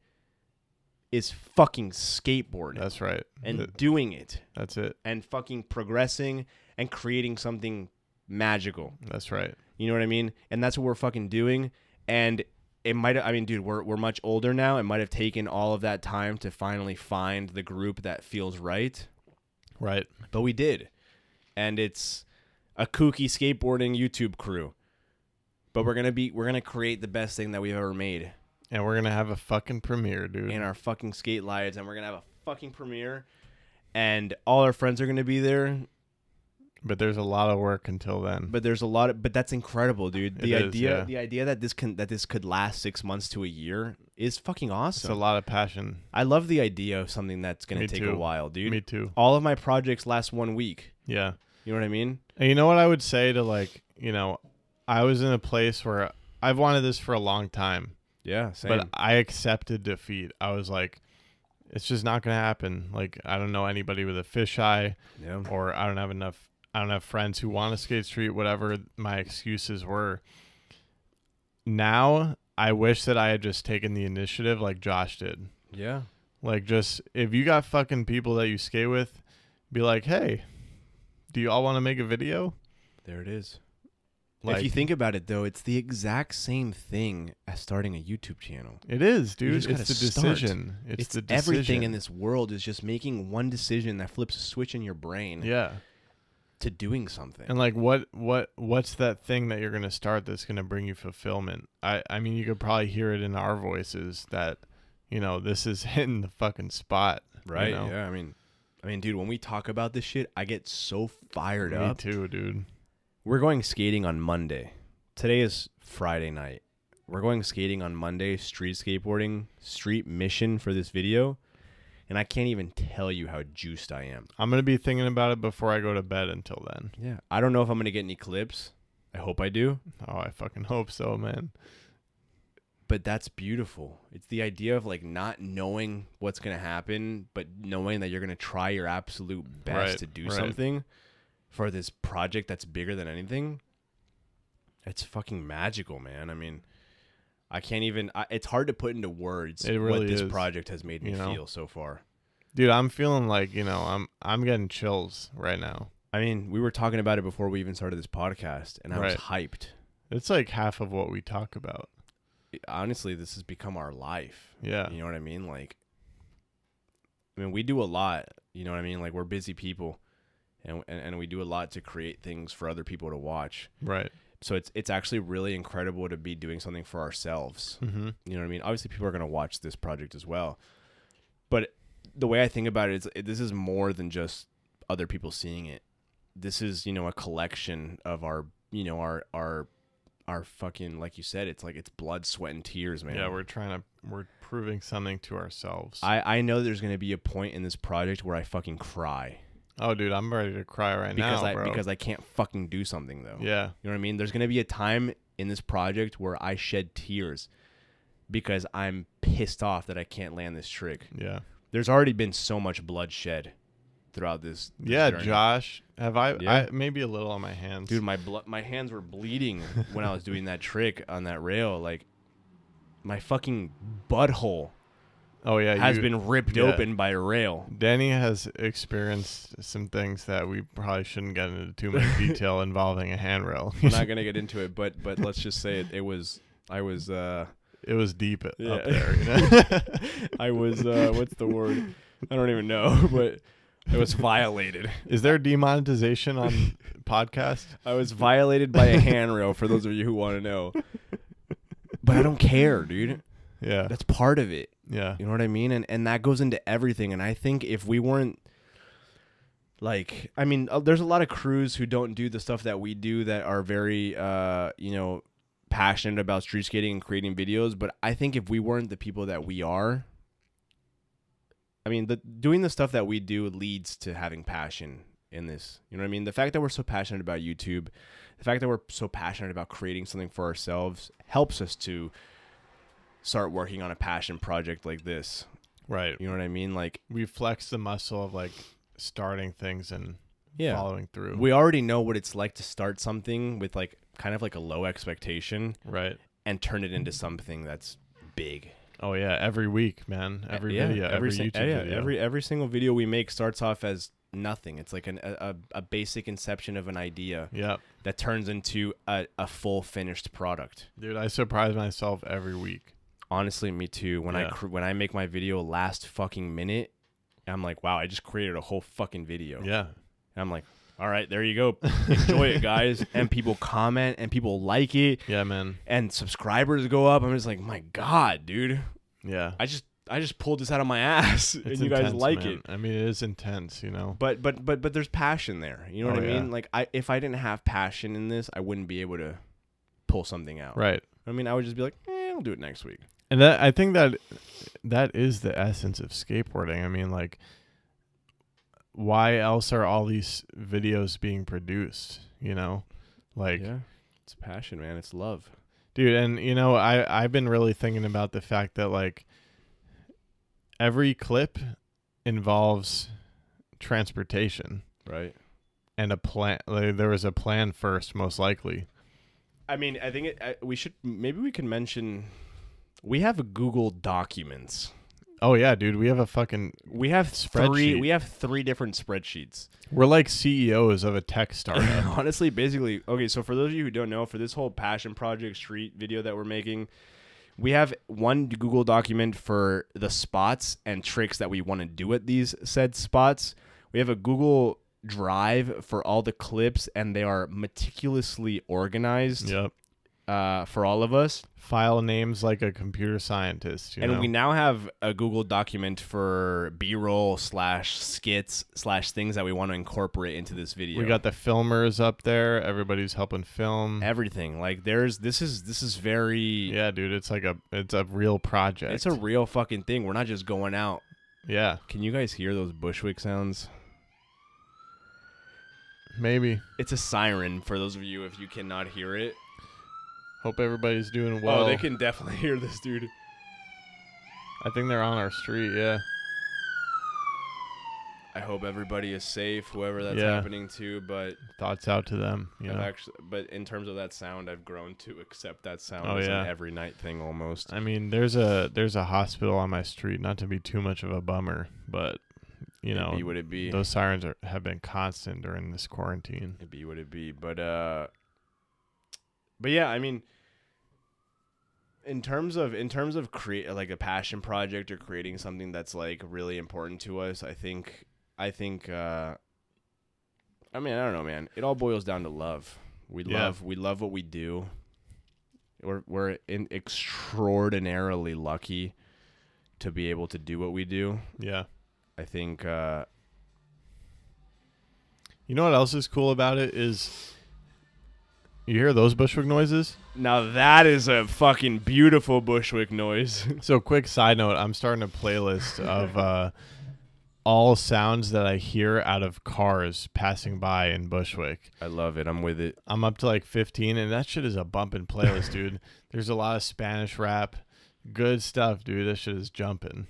[SPEAKER 1] is fucking skateboarding
[SPEAKER 2] That's right.
[SPEAKER 1] and
[SPEAKER 2] Th-
[SPEAKER 1] doing it
[SPEAKER 2] That's it.
[SPEAKER 1] and fucking progressing and creating something magical.
[SPEAKER 2] That's right.
[SPEAKER 1] You know what I mean? And that's what we're fucking doing. And it might I mean, dude, we're we're much older now. It might have taken all of that time to finally find the group that feels right.
[SPEAKER 2] Right.
[SPEAKER 1] But we did. And it's a kooky skateboarding YouTube crew. But we're gonna be we're gonna create the best thing that we've ever made
[SPEAKER 2] And we're gonna have a fucking premiere, dude.
[SPEAKER 1] in our fucking skate lives and we're gonna have a fucking premiere and all our friends are gonna be there.
[SPEAKER 2] But there's a lot of work until then.
[SPEAKER 1] But there's a lot of but that's incredible, dude. The
[SPEAKER 2] It is,
[SPEAKER 1] idea
[SPEAKER 2] yeah.
[SPEAKER 1] the idea that this can that this could last six months to a year is fucking
[SPEAKER 2] it's a
[SPEAKER 1] awesome.
[SPEAKER 2] lot of passion.
[SPEAKER 1] I love the idea of something that's gonna
[SPEAKER 2] Me
[SPEAKER 1] take a
[SPEAKER 2] too.
[SPEAKER 1] while, dude.
[SPEAKER 2] Me too.
[SPEAKER 1] All of my projects last one week.
[SPEAKER 2] Yeah.
[SPEAKER 1] You know what I mean?
[SPEAKER 2] And you know what I would say to like, you know, I was in a place where I've wanted this for a long time,
[SPEAKER 1] Yeah, same.
[SPEAKER 2] but uh, I accepted defeat. I was like, it's just not gonna happen. Like I don't know anybody with a fisheye,
[SPEAKER 1] yeah.
[SPEAKER 2] or I don't have enough. I don't have friends who want to skate street. Whatever my excuses were. Now I wish that I had just taken the initiative like Josh did.
[SPEAKER 1] Yeah.
[SPEAKER 2] Like just if you got fucking people that you skate with, be like, hey, do you all want to make a video?
[SPEAKER 1] There it is.
[SPEAKER 2] Like
[SPEAKER 1] if you think about it though, it's the exact same thing as starting a YouTube channel.
[SPEAKER 2] it is, dude.
[SPEAKER 1] just
[SPEAKER 2] It's
[SPEAKER 1] gotta
[SPEAKER 2] the
[SPEAKER 1] start.
[SPEAKER 2] decision. It's,
[SPEAKER 1] It's,
[SPEAKER 2] the decision.
[SPEAKER 1] everything in this world is just making one decision that flips a switch in your brain
[SPEAKER 2] Yeah.
[SPEAKER 1] to doing something.
[SPEAKER 2] And like what what what's that thing that you're gonna start that's gonna bring you fulfillment? I I mean you could probably hear it in our voices that, you know, this is hitting the fucking spot. you
[SPEAKER 1] Right.
[SPEAKER 2] know?
[SPEAKER 1] Yeah. I mean, I mean, dude, when we talk about this shit, I get so fired
[SPEAKER 2] Me
[SPEAKER 1] up.
[SPEAKER 2] too, dude.
[SPEAKER 1] We're going skating on Monday today is Friday night. We're going skating on Monday, street skateboarding, street mission for this video. And I can't even tell you how juiced I am.
[SPEAKER 2] I'm gonna be thinking about it before I go to bed until then.
[SPEAKER 1] Yeah. I don't know if I'm going to get any clips. I hope I do.
[SPEAKER 2] Oh, I fucking hope so, man.
[SPEAKER 1] but that's beautiful. It's the idea of like not knowing what's going to happen, but knowing that you're going to try your absolute best
[SPEAKER 2] Right,
[SPEAKER 1] to do
[SPEAKER 2] right.
[SPEAKER 1] something for this project that's bigger than anything. It's fucking magical, man. I mean, I can't even I, it's hard to put into words
[SPEAKER 2] It
[SPEAKER 1] what
[SPEAKER 2] really
[SPEAKER 1] this
[SPEAKER 2] is,
[SPEAKER 1] project has made me
[SPEAKER 2] you know?
[SPEAKER 1] feel so far.
[SPEAKER 2] Dude, I'm feeling like, you know, I'm I'm getting chills right now.
[SPEAKER 1] I mean, we were talking about it before we even started this podcast and I was
[SPEAKER 2] Right.
[SPEAKER 1] hyped.
[SPEAKER 2] It's like half of what we talk about.
[SPEAKER 1] Honestly, this has become our life.
[SPEAKER 2] Yeah.
[SPEAKER 1] You know what I mean? Like, I mean, we do a lot. You know what I mean? Like, we're busy people, and and, and we do a lot to create things for other people to watch.
[SPEAKER 2] Right.
[SPEAKER 1] So it's it's actually really incredible to be doing something for ourselves.
[SPEAKER 2] Mm-hmm.
[SPEAKER 1] You know what I mean? Obviously, people are going to watch this project as well, but the way I think about it is, it- this is more than just other people seeing it. This is you know a collection of our you know our our our fucking like you said it's like it's blood sweat and tears man
[SPEAKER 2] Yeah, we're trying to we're proving something to ourselves.
[SPEAKER 1] I, I know there's gonna be a point in this project where I fucking cry
[SPEAKER 2] oh, dude, I'm ready to cry right
[SPEAKER 1] because
[SPEAKER 2] now,
[SPEAKER 1] I
[SPEAKER 2] bro.
[SPEAKER 1] because I can't fucking do something though.
[SPEAKER 2] yeah,
[SPEAKER 1] You know what I mean? There's gonna be a time in this project where I shed tears because I'm pissed off that I can't land this trick.
[SPEAKER 2] yeah,
[SPEAKER 1] There's already been so much bloodshed throughout this. this
[SPEAKER 2] yeah.
[SPEAKER 1] journey.
[SPEAKER 2] Josh, have I,
[SPEAKER 1] Yeah.
[SPEAKER 2] I maybe a little on my hands,
[SPEAKER 1] Dude, my blood, my hands were bleeding when I was doing that trick on that rail. Like, my fucking butthole
[SPEAKER 2] Oh yeah,
[SPEAKER 1] has
[SPEAKER 2] you-
[SPEAKER 1] been ripped
[SPEAKER 2] yeah.
[SPEAKER 1] open by a rail.
[SPEAKER 2] Danny has experienced some things that we probably shouldn't get into too much detail involving a handrail.
[SPEAKER 1] We're not gonna get into it, but but let's just say it, it was I was uh
[SPEAKER 2] it was deep
[SPEAKER 1] Yeah.
[SPEAKER 2] up there. You know?
[SPEAKER 1] I was uh what's the word? I don't even know, but I was violated.
[SPEAKER 2] Is there demonetization on podcast?
[SPEAKER 1] I was violated by a handrail for those of you who want to know. But I don't care, dude.
[SPEAKER 2] Yeah,
[SPEAKER 1] That's part of it.
[SPEAKER 2] yeah,
[SPEAKER 1] You know what I mean? And and that goes into everything. And I think if we weren't like, I mean, uh, there's a lot of crews who don't do the stuff that we do that are very, uh, you know, passionate about street skating and creating videos. But I think if we weren't the people that we are, I mean, the doing the stuff that we do leads to having passion in this. You know what I mean? The fact that we're so passionate about YouTube, the fact that we're so passionate about creating something for ourselves helps us to start working on a passion project like this.
[SPEAKER 2] right.
[SPEAKER 1] You know what I mean? Like,
[SPEAKER 2] We flex the muscle of like starting things and following through.
[SPEAKER 1] we already know what it's like to start something with like kind of like a low expectation
[SPEAKER 2] right.
[SPEAKER 1] and turn it into something that's big.
[SPEAKER 2] Oh yeah, every week, man. Every
[SPEAKER 1] E, Yeah,
[SPEAKER 2] video, every,
[SPEAKER 1] sing-
[SPEAKER 2] YouTube
[SPEAKER 1] yeah,
[SPEAKER 2] video.
[SPEAKER 1] every every single video we make starts off as nothing. It's like an, a a- a basic inception of an idea
[SPEAKER 2] yeah,
[SPEAKER 1] that turns into a, a full finished product.
[SPEAKER 2] dude, I surprise myself every week.
[SPEAKER 1] Honestly, me too. When
[SPEAKER 2] Yeah.
[SPEAKER 1] I cr- when I make my video last fucking minute, I'm like, wow, I just created a whole fucking video.
[SPEAKER 2] Yeah,
[SPEAKER 1] And I'm like, all right, there you go. Enjoy it, guys. And people comment and people like it
[SPEAKER 2] yeah, man.
[SPEAKER 1] and subscribers go up. I'm just like, my God, dude.
[SPEAKER 2] Yeah,
[SPEAKER 1] I just I just pulled this out of my ass and
[SPEAKER 2] It's
[SPEAKER 1] you guys
[SPEAKER 2] intense,
[SPEAKER 1] like
[SPEAKER 2] man.
[SPEAKER 1] it.
[SPEAKER 2] I mean, it is intense, you know.
[SPEAKER 1] But but but but there's passion there. You know what
[SPEAKER 2] Oh,
[SPEAKER 1] I
[SPEAKER 2] yeah.
[SPEAKER 1] mean? Like I if I didn't have passion in this, I wouldn't be able to pull something out.
[SPEAKER 2] Right.
[SPEAKER 1] I mean, I would just be like, eh, I'll do it next week.
[SPEAKER 2] And that I think that that is the essence of skateboarding. I mean, like why else are all these videos being produced, you know? Like
[SPEAKER 1] yeah. It's passion, man. It's love.
[SPEAKER 2] dude, and you know, I I've been really thinking about the fact that like every clip involves transportation
[SPEAKER 1] Right.
[SPEAKER 2] and a plan like, there was a plan first most likely.
[SPEAKER 1] I mean, I think it, I, we should maybe we can mention we have a Google Documents.
[SPEAKER 2] Oh yeah, dude, we have a fucking
[SPEAKER 1] We have three.
[SPEAKER 2] Spreadsheet.
[SPEAKER 1] We have three different spreadsheets.
[SPEAKER 2] we're like CEOs of a tech startup.
[SPEAKER 1] Honestly, basically, okay. So for those of you who don't know, for this whole passion project street video that we're making, we have one Google document for the spots and tricks that we want to do at these said spots. We have a Google Drive for all the clips, and they are meticulously organized.
[SPEAKER 2] yep.
[SPEAKER 1] uh, for all of us.
[SPEAKER 2] File names like a computer scientist. You
[SPEAKER 1] and
[SPEAKER 2] know?
[SPEAKER 1] we now have a Google document for B roll slash skits slash things that we want to incorporate into this video.
[SPEAKER 2] We got the filmers up there. Everybody's helping film.
[SPEAKER 1] everything. Like there's this is this is very
[SPEAKER 2] yeah, dude, it's like a it's a real project.
[SPEAKER 1] it's a real fucking thing. We're not just going out.
[SPEAKER 2] yeah,
[SPEAKER 1] Can you guys hear those Bushwick sounds?
[SPEAKER 2] maybe.
[SPEAKER 1] It's a siren for those of you if you cannot hear it.
[SPEAKER 2] Hope everybody's doing well.
[SPEAKER 1] oh, they can definitely hear this dude.
[SPEAKER 2] I think they're on our street. Yeah,
[SPEAKER 1] I hope everybody is safe, whoever that's
[SPEAKER 2] Yeah.
[SPEAKER 1] happening to, but
[SPEAKER 2] thoughts out to them. You
[SPEAKER 1] I've
[SPEAKER 2] know,
[SPEAKER 1] actually but in terms of that sound, I've grown to accept that sound
[SPEAKER 2] Oh,
[SPEAKER 1] as
[SPEAKER 2] yeah.
[SPEAKER 1] an every night thing almost.
[SPEAKER 2] I mean, there's a there's a hospital on my street. Not to be too much of a bummer, but you
[SPEAKER 1] It'd
[SPEAKER 2] know,
[SPEAKER 1] be what it be.
[SPEAKER 2] those sirens are, have been constant during this quarantine.
[SPEAKER 1] It'd be what it'd be. But uh But yeah, I mean in terms of in terms of create like a passion project or creating something that's like really important to us, I think I think uh I mean, I don't know, man. It all boils down to love. We
[SPEAKER 2] Yeah.
[SPEAKER 1] love we love what we do. We're we're in extraordinarily lucky to be able to do what we do.
[SPEAKER 2] Yeah.
[SPEAKER 1] I think uh
[SPEAKER 2] You know what else is cool about it is you hear those bushwick noises?
[SPEAKER 1] now that is a fucking beautiful Bushwick noise.
[SPEAKER 2] So quick side note, I'm starting a playlist of uh all sounds that I hear out of cars passing by in Bushwick.
[SPEAKER 1] I love it. I'm with it.
[SPEAKER 2] I'm up to like 15 and that shit is a bumping playlist, dude. There's a lot of Spanish rap, good stuff, dude. That shit is jumping.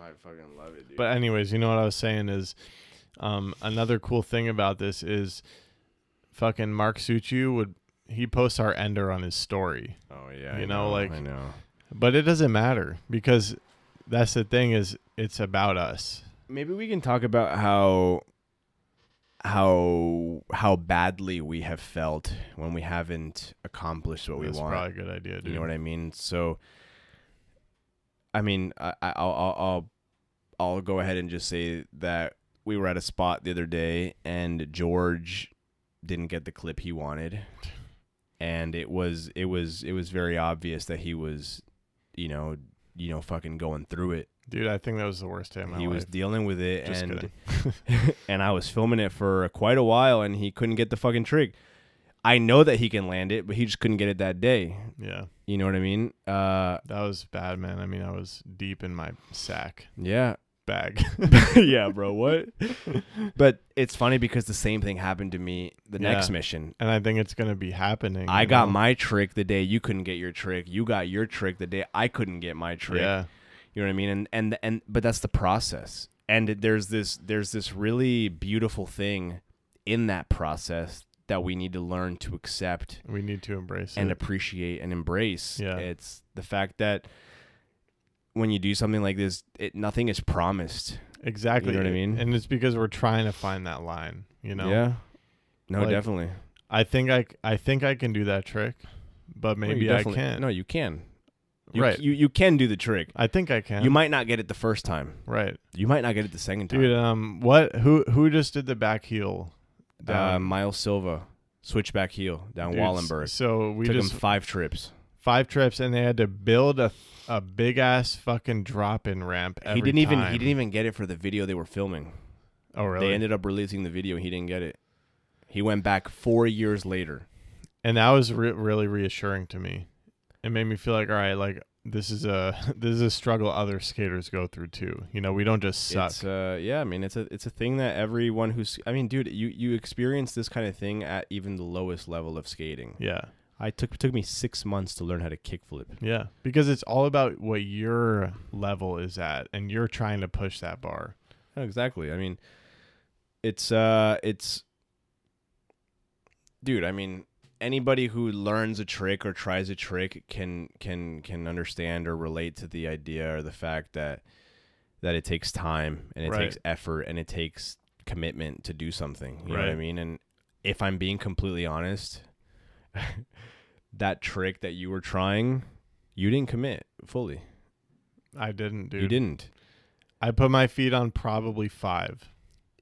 [SPEAKER 1] I fucking love it, dude.
[SPEAKER 2] But anyways, you know what I was saying is um, another cool thing about this is fucking Mark Suchu would he posts our ender on his story.
[SPEAKER 1] oh yeah,
[SPEAKER 2] you
[SPEAKER 1] I
[SPEAKER 2] know, like-
[SPEAKER 1] I know.
[SPEAKER 2] But it doesn't matter because that's the thing is it's about us.
[SPEAKER 1] Maybe we can talk about how how how badly we have felt when we haven't accomplished what we
[SPEAKER 2] that's
[SPEAKER 1] want.
[SPEAKER 2] probably a good idea, dude.
[SPEAKER 1] You know what I mean? So, I mean, I, I- I'll, I'll, I'll, I'll go ahead and just say that we were at a spot the other day, and George didn't get the clip he wanted, and it was, it was, it was very obvious that he was, you know, you know, fucking going through it.
[SPEAKER 2] dude, I think that was the worst day of my
[SPEAKER 1] he
[SPEAKER 2] life.
[SPEAKER 1] was dealing with it,
[SPEAKER 2] Just
[SPEAKER 1] and
[SPEAKER 2] kidding.
[SPEAKER 1] and I was filming it for quite a while, and he couldn't get the fucking trick. I know that he can land it, but he just couldn't get it that day.
[SPEAKER 2] yeah,
[SPEAKER 1] You know what I mean? Uh,
[SPEAKER 2] that was bad, man. I mean, I was deep in my sack
[SPEAKER 1] yeah,
[SPEAKER 2] bag.
[SPEAKER 1] yeah, bro. What? but it's funny because the same thing happened to me the next
[SPEAKER 2] Yeah.
[SPEAKER 1] mission.
[SPEAKER 2] and I think it's gonna be happening.
[SPEAKER 1] I
[SPEAKER 2] you
[SPEAKER 1] got
[SPEAKER 2] know?
[SPEAKER 1] my trick the day you couldn't get your trick. You got your trick the day I couldn't get my trick.
[SPEAKER 2] yeah,
[SPEAKER 1] You know what I mean? And and and but that's the process. And there's this there's this really beautiful thing in that process that we need to learn to accept
[SPEAKER 2] we need to embrace
[SPEAKER 1] and
[SPEAKER 2] it.
[SPEAKER 1] appreciate and embrace.
[SPEAKER 2] Yeah.
[SPEAKER 1] It's the fact that when you do something like this, it nothing is promised.
[SPEAKER 2] Exactly.
[SPEAKER 1] what I mean?
[SPEAKER 2] And it's because we're trying to find that line, you know.
[SPEAKER 1] Yeah. No,
[SPEAKER 2] Like,
[SPEAKER 1] definitely.
[SPEAKER 2] I think I c- I think I can do that trick, but
[SPEAKER 1] Well, you
[SPEAKER 2] maybe I
[SPEAKER 1] definitely-
[SPEAKER 2] can't.
[SPEAKER 1] No, you can. You,
[SPEAKER 2] right.
[SPEAKER 1] You you can do the trick.
[SPEAKER 2] I think I can.
[SPEAKER 1] You might not get it the first time.
[SPEAKER 2] right.
[SPEAKER 1] You might not get it the second time.
[SPEAKER 2] Dude, um what who who just did the back heel?
[SPEAKER 1] uh,
[SPEAKER 2] down?
[SPEAKER 1] Miles Silva, switchback heel down
[SPEAKER 2] Dude, s-
[SPEAKER 1] Wallenberg.
[SPEAKER 2] So we
[SPEAKER 1] Took
[SPEAKER 2] just
[SPEAKER 1] him five trips.
[SPEAKER 2] five trips and they had to build a a big ass fucking drop in ramp every
[SPEAKER 1] he didn't even
[SPEAKER 2] time.
[SPEAKER 1] he didn't even get it for the video they were filming.
[SPEAKER 2] Oh really?
[SPEAKER 1] They ended up releasing the video. He didn't get it. He went back four years later.
[SPEAKER 2] and that was re- really reassuring to me. It made me feel like all right, like this is a this is a struggle other skaters go through too. You know, we don't just suck.
[SPEAKER 1] It's, uh, yeah, I mean, it's a it's a thing that everyone who's I mean, dude, you you experience this kind of thing at even the lowest level of skating.
[SPEAKER 2] yeah.
[SPEAKER 1] I took took me six months to learn how to kickflip.
[SPEAKER 2] Yeah, because it's all about what your level is at, and you're trying to push that bar.
[SPEAKER 1] No, exactly. I mean, it's uh, it's, dude. I mean, anybody who learns a trick or tries a trick can can can understand or relate to the idea or the fact that that it takes time and it
[SPEAKER 2] Right.
[SPEAKER 1] takes effort and it takes commitment to do something. You know what I
[SPEAKER 2] Right.
[SPEAKER 1] mean? And if I'm being completely honest, that trick that you were trying, you didn't commit fully.
[SPEAKER 2] I didn't, dude.
[SPEAKER 1] You didn't.
[SPEAKER 2] I put my feet on probably five.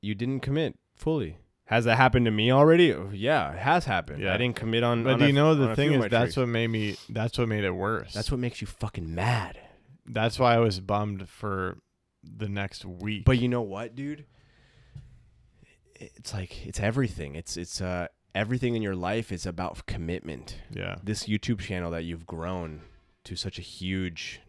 [SPEAKER 1] You didn't commit fully. Has that happened to me already? Oh, Yeah, it has happened.
[SPEAKER 2] Yeah.
[SPEAKER 1] I didn't commit on.
[SPEAKER 2] But
[SPEAKER 1] on
[SPEAKER 2] do
[SPEAKER 1] a-
[SPEAKER 2] you know
[SPEAKER 1] on
[SPEAKER 2] the
[SPEAKER 1] a
[SPEAKER 2] thing
[SPEAKER 1] few of
[SPEAKER 2] is
[SPEAKER 1] my
[SPEAKER 2] that's
[SPEAKER 1] tricks.
[SPEAKER 2] what made me that's what made it worse.
[SPEAKER 1] that's what makes you fucking mad.
[SPEAKER 2] that's why I was bummed for the next week.
[SPEAKER 1] But you know what, dude? It's like it's everything. It's it's uh everything in your life is about commitment.
[SPEAKER 2] yeah,
[SPEAKER 1] This YouTube channel that you've grown to such a huge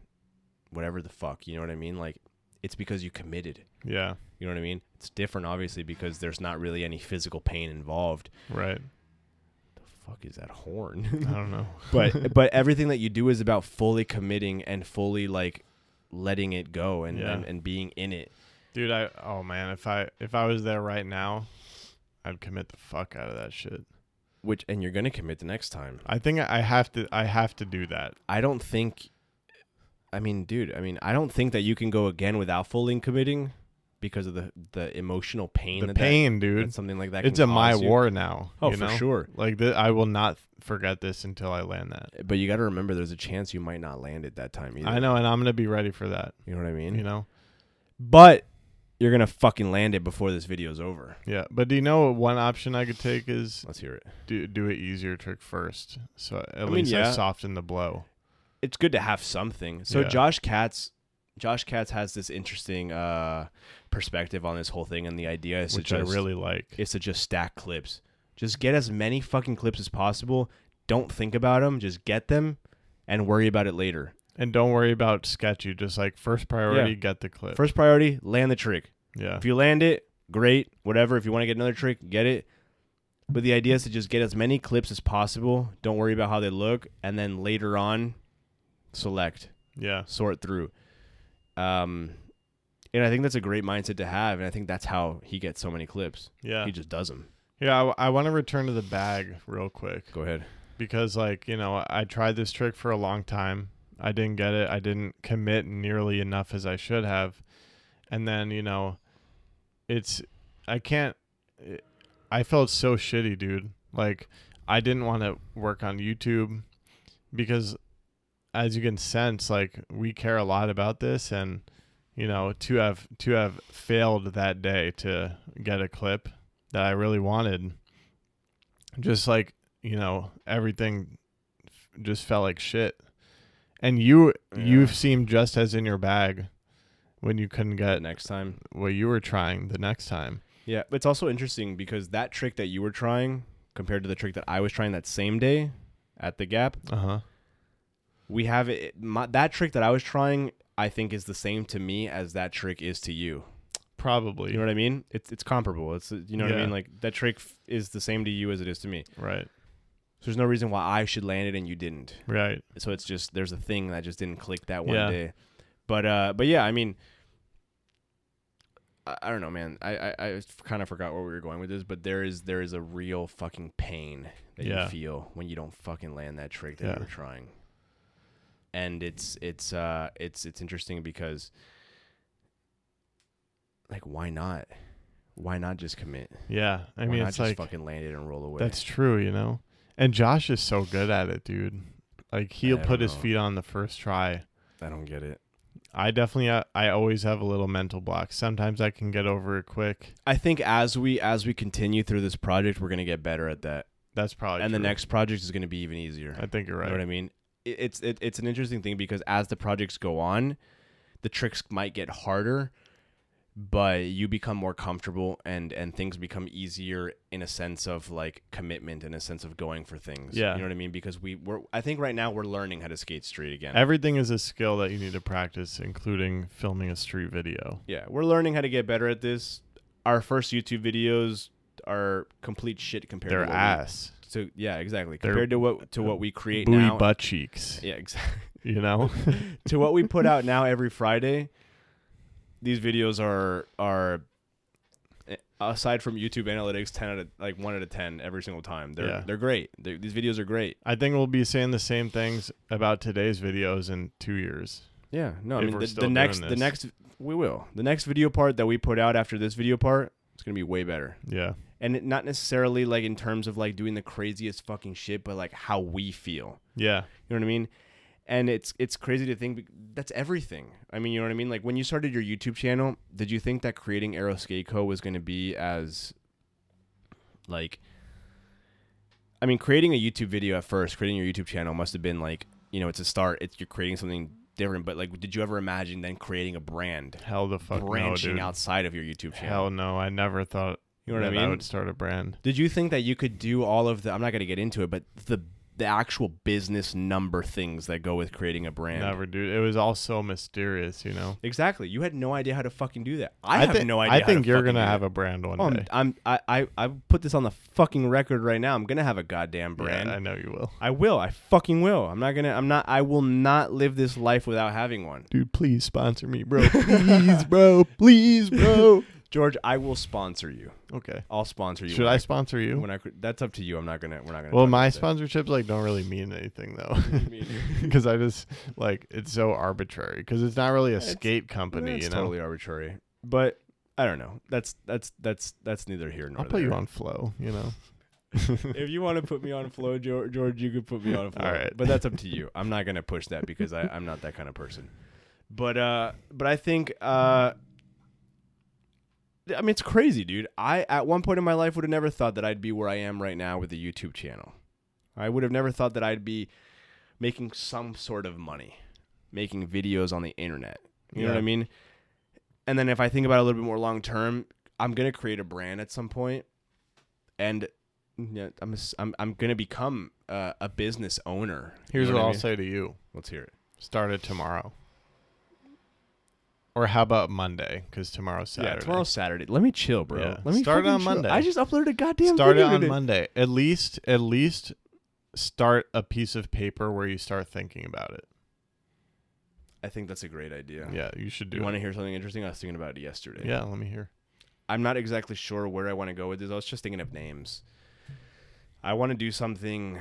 [SPEAKER 1] whatever the fuck, you know what I mean? Like it's because you committed.
[SPEAKER 2] yeah,
[SPEAKER 1] You know what I mean? It's different obviously because there's not really any physical pain involved.
[SPEAKER 2] right.
[SPEAKER 1] The fuck is that
[SPEAKER 2] I
[SPEAKER 1] horn?
[SPEAKER 2] don't know.
[SPEAKER 1] but but everything that you do is about fully committing and fully like letting it go and,
[SPEAKER 2] Yeah.
[SPEAKER 1] and, and being in it.
[SPEAKER 2] Dude, I oh man, if I if I was there right now, I'd commit the fuck out of that shit.
[SPEAKER 1] Which and you're gonna commit the next time.
[SPEAKER 2] I think I have to I have to do that.
[SPEAKER 1] I don't think. I mean, dude. I mean, I don't think that you can go again without fully committing because of the the emotional pain.
[SPEAKER 2] The
[SPEAKER 1] that
[SPEAKER 2] pain,
[SPEAKER 1] that,
[SPEAKER 2] dude.
[SPEAKER 1] that something like that.
[SPEAKER 2] It's
[SPEAKER 1] can
[SPEAKER 2] a my
[SPEAKER 1] cause you.
[SPEAKER 2] war now.
[SPEAKER 1] Oh,
[SPEAKER 2] you
[SPEAKER 1] for
[SPEAKER 2] know?
[SPEAKER 1] sure.
[SPEAKER 2] Like th- I will not forget this until I land that.
[SPEAKER 1] But you got to remember, there's a chance you might not land it that time either.
[SPEAKER 2] I know, and I'm gonna be ready for that.
[SPEAKER 1] You know what I mean?
[SPEAKER 2] You know.
[SPEAKER 1] But you're gonna fucking land it before this video's over.
[SPEAKER 2] Yeah, but do you know what one option I could take is
[SPEAKER 1] Let's hear it.
[SPEAKER 2] do do it easier trick first. So at
[SPEAKER 1] mean,
[SPEAKER 2] least I
[SPEAKER 1] yeah.
[SPEAKER 2] soften the blow.
[SPEAKER 1] It's good to have something. So
[SPEAKER 2] Yeah.
[SPEAKER 1] Josh Katz. Josh Katz has this interesting uh, perspective on this whole thing, and the idea is to
[SPEAKER 2] which I
[SPEAKER 1] just-
[SPEAKER 2] really like.
[SPEAKER 1] is to just stack clips. Just get as many fucking clips as possible. Don't think about them. Just get them and worry about it later.
[SPEAKER 2] And don't worry about sketchy. Just like first priority, get the clip.
[SPEAKER 1] First priority, land the trick.
[SPEAKER 2] yeah,
[SPEAKER 1] If you land it, great. Whatever. If you want to get another trick, get it. But the idea is to just get as many clips as possible. Don't worry about how they look. And then later on, select,
[SPEAKER 2] yeah,
[SPEAKER 1] sort through. Um, and I think that's a great mindset to have. And I think that's how he gets so many clips.
[SPEAKER 2] yeah,
[SPEAKER 1] He just does them.
[SPEAKER 2] yeah. I, want to return to the bag real quick
[SPEAKER 1] Go ahead.
[SPEAKER 2] because, like, you know, I tried this trick for a long time. I didn't get it. I didn't commit nearly enough as I should have. And then, you know, it's I can't. It, I felt so shitty, dude. Like, I didn't want to work on YouTube because, as you can sense, like we care a lot about this, and you know, to have to have failed that day to get a clip that I really wanted, just like you know, everything f- just felt like shit. And you
[SPEAKER 1] Yeah.
[SPEAKER 2] you seemed just as in your bag when you couldn't get
[SPEAKER 1] Next time.
[SPEAKER 2] what you were trying the next time.
[SPEAKER 1] Yeah, but it's also interesting because that trick that you were trying compared to the trick that I was trying that same day at the gap,
[SPEAKER 2] Uh huh.
[SPEAKER 1] we have it. My, that trick that I was trying, I think, is the same to me as that trick is to you.
[SPEAKER 2] Probably.
[SPEAKER 1] You know what I mean? It's it's comparable. It's you know what I
[SPEAKER 2] Yeah.
[SPEAKER 1] mean. Like that trick f- is the same to you as it is to me.
[SPEAKER 2] Right.
[SPEAKER 1] So there's no reason why I should land it and you didn't.
[SPEAKER 2] Right.
[SPEAKER 1] So it's just there's a thing that just didn't click that one
[SPEAKER 2] Yeah.
[SPEAKER 1] day. But uh, but yeah, I mean, I, I don't know, man. I I, I kind of forgot where we were going with this, but there is there is a real fucking pain that
[SPEAKER 2] Yeah.
[SPEAKER 1] you feel when you don't fucking land that trick that
[SPEAKER 2] Yeah.
[SPEAKER 1] you were trying. And it's it's uh it's it's interesting because like why not? Why not just commit?
[SPEAKER 2] Yeah. I
[SPEAKER 1] why
[SPEAKER 2] mean,
[SPEAKER 1] not
[SPEAKER 2] it's
[SPEAKER 1] just
[SPEAKER 2] like
[SPEAKER 1] fucking land it and roll away.
[SPEAKER 2] that's true. You know. And Josh is so good at it, dude. Like he'll
[SPEAKER 1] I
[SPEAKER 2] put
[SPEAKER 1] don't
[SPEAKER 2] his
[SPEAKER 1] know.
[SPEAKER 2] feet on the first try.
[SPEAKER 1] I don't get it.
[SPEAKER 2] I definitely, I, I always have a little mental block. Sometimes I can get over it quick.
[SPEAKER 1] I think as we as we continue through this project, we're gonna get better at that.
[SPEAKER 2] That's probably.
[SPEAKER 1] and the
[SPEAKER 2] Oh, true.
[SPEAKER 1] next project is going to be even easier.
[SPEAKER 2] I think you're
[SPEAKER 1] You
[SPEAKER 2] right.
[SPEAKER 1] know what I mean? It, it's it, it's an interesting thing because as the projects go on, the tricks might get harder, but you become more comfortable and and things become easier in a sense of like commitment and a sense of going for things.
[SPEAKER 2] Yeah.
[SPEAKER 1] you know what I mean? Because we we're I think right now we're learning how to skate street again.
[SPEAKER 2] Everything is a skill that you need to practice, including filming a street video.
[SPEAKER 1] yeah, we're learning how to get better at this. Our first YouTube videos are complete shit compared
[SPEAKER 2] Their
[SPEAKER 1] to what we-
[SPEAKER 2] ass,
[SPEAKER 1] so yeah, exactly.
[SPEAKER 2] They're-
[SPEAKER 1] Compared to what to what we create
[SPEAKER 2] booty
[SPEAKER 1] now.
[SPEAKER 2] butt cheeks.
[SPEAKER 1] yeah, exactly.
[SPEAKER 2] You know.
[SPEAKER 1] to what we put out now every Friday, these videos are are eh, aside from YouTube analytics, ten out of like one out of ten every single time. They're
[SPEAKER 2] Yeah.
[SPEAKER 1] they're great. they these videos are great.
[SPEAKER 2] I think we'll be saying the same things about today's videos in two years.
[SPEAKER 1] Yeah, no,
[SPEAKER 2] If
[SPEAKER 1] I mean
[SPEAKER 2] we're
[SPEAKER 1] the, the
[SPEAKER 2] still doing
[SPEAKER 1] next the
[SPEAKER 2] this.
[SPEAKER 1] next we will the next video part that we put out after this video part, it's gonna be way better.
[SPEAKER 2] Yeah.
[SPEAKER 1] And it, not necessarily like in terms of like doing the craziest fucking shit, but like how we feel.
[SPEAKER 2] Yeah.
[SPEAKER 1] You know what I mean? And it's it's crazy to think bec- that's everything. I mean, you know what I mean? Like when you started your YouTube channel, did you think that creating Aeroskate Co was going to be as Like, I mean, creating a YouTube video at first, creating your YouTube channel must have been like, you know, it's a start. It's you're creating something different. But like, did you ever imagine then creating a brand,
[SPEAKER 2] Hell the fuck
[SPEAKER 1] branching
[SPEAKER 2] no, dude.
[SPEAKER 1] outside of your YouTube channel?
[SPEAKER 2] Hell no, I never thought
[SPEAKER 1] You know what I
[SPEAKER 2] that
[SPEAKER 1] mean?
[SPEAKER 2] would start a brand.
[SPEAKER 1] Did you think that you could do all of the? I'm not going to get into it, but the the actual business number things that go with creating a brand.
[SPEAKER 2] Never, dude. It was all so mysterious, you know.
[SPEAKER 1] Exactly. You had no idea how to fucking do that. I, have
[SPEAKER 2] thi-
[SPEAKER 1] no idea.
[SPEAKER 2] I think you're
[SPEAKER 1] going
[SPEAKER 2] gonna
[SPEAKER 1] to
[SPEAKER 2] have a brand one
[SPEAKER 1] Oh, I'm,
[SPEAKER 2] day.
[SPEAKER 1] I'm I, I I put this on the fucking record right now. I'm gonna have a goddamn
[SPEAKER 2] Yeah,
[SPEAKER 1] brand.
[SPEAKER 2] I know you will,
[SPEAKER 1] I will. I fucking will. I'm not gonna. I'm not. I will not live this life without having one.
[SPEAKER 2] dude. Please sponsor me, bro. Please, bro. Please, bro.
[SPEAKER 1] George, I will sponsor you.
[SPEAKER 2] okay.
[SPEAKER 1] I'll sponsor you.
[SPEAKER 2] Should
[SPEAKER 1] when
[SPEAKER 2] I sponsor you?
[SPEAKER 1] When I, cr- that's up to you. I'm not gonna. We're not gonna.
[SPEAKER 2] Well,
[SPEAKER 1] talk
[SPEAKER 2] my
[SPEAKER 1] about that.
[SPEAKER 2] sponsorships like don't really mean anything though,
[SPEAKER 1] do you mean?
[SPEAKER 2] because I just like it's so arbitrary because it's not really a
[SPEAKER 1] It's-
[SPEAKER 2] skate company.
[SPEAKER 1] That's
[SPEAKER 2] you know,
[SPEAKER 1] totally arbitrary. But I don't know. That's that's that's that's neither here nor
[SPEAKER 2] I'll
[SPEAKER 1] there.
[SPEAKER 2] put you on flow. You know,
[SPEAKER 1] if you want to put me on flow, Geor- George, you could put me on flow.
[SPEAKER 2] All right.
[SPEAKER 1] but that's up to you. I'm not gonna push that because I, I'm not that kind of person. But uh, but I think uh, I mean it's crazy, dude. I at one point in my life would have never thought that I'd be where I am right now with a YouTube channel. I would have never thought that I'd be making some sort of money, making videos on the internet. You know what
[SPEAKER 2] Yeah.
[SPEAKER 1] I mean? And then if I think about it a little bit more long term, I'm gonna create a brand at some point, and yeah, I'm a s- I'm I'm gonna become uh, a business owner. You
[SPEAKER 2] here's
[SPEAKER 1] know
[SPEAKER 2] what,
[SPEAKER 1] I
[SPEAKER 2] I'll
[SPEAKER 1] mean?
[SPEAKER 2] say to you:
[SPEAKER 1] Let's hear it.
[SPEAKER 2] start it tomorrow, or how about Monday? Because tomorrow's Saturday.
[SPEAKER 1] Yeah, tomorrow's Saturday. Let me chill, bro.
[SPEAKER 2] Yeah.
[SPEAKER 1] Let me
[SPEAKER 2] Start
[SPEAKER 1] fucking
[SPEAKER 2] it on
[SPEAKER 1] chill.
[SPEAKER 2] Monday.
[SPEAKER 1] I just uploaded a goddamn
[SPEAKER 2] start it
[SPEAKER 1] video
[SPEAKER 2] on
[SPEAKER 1] today.
[SPEAKER 2] Monday. At least, at least, start a piece of paper where you start thinking about it.
[SPEAKER 1] I think that's a great idea.
[SPEAKER 2] Yeah, you should do.
[SPEAKER 1] You want
[SPEAKER 2] it.
[SPEAKER 1] to hear something interesting? I was thinking about it yesterday.
[SPEAKER 2] Yeah, let me hear.
[SPEAKER 1] I'm not exactly sure where I want to go with this. I was just thinking of names. I want to do something.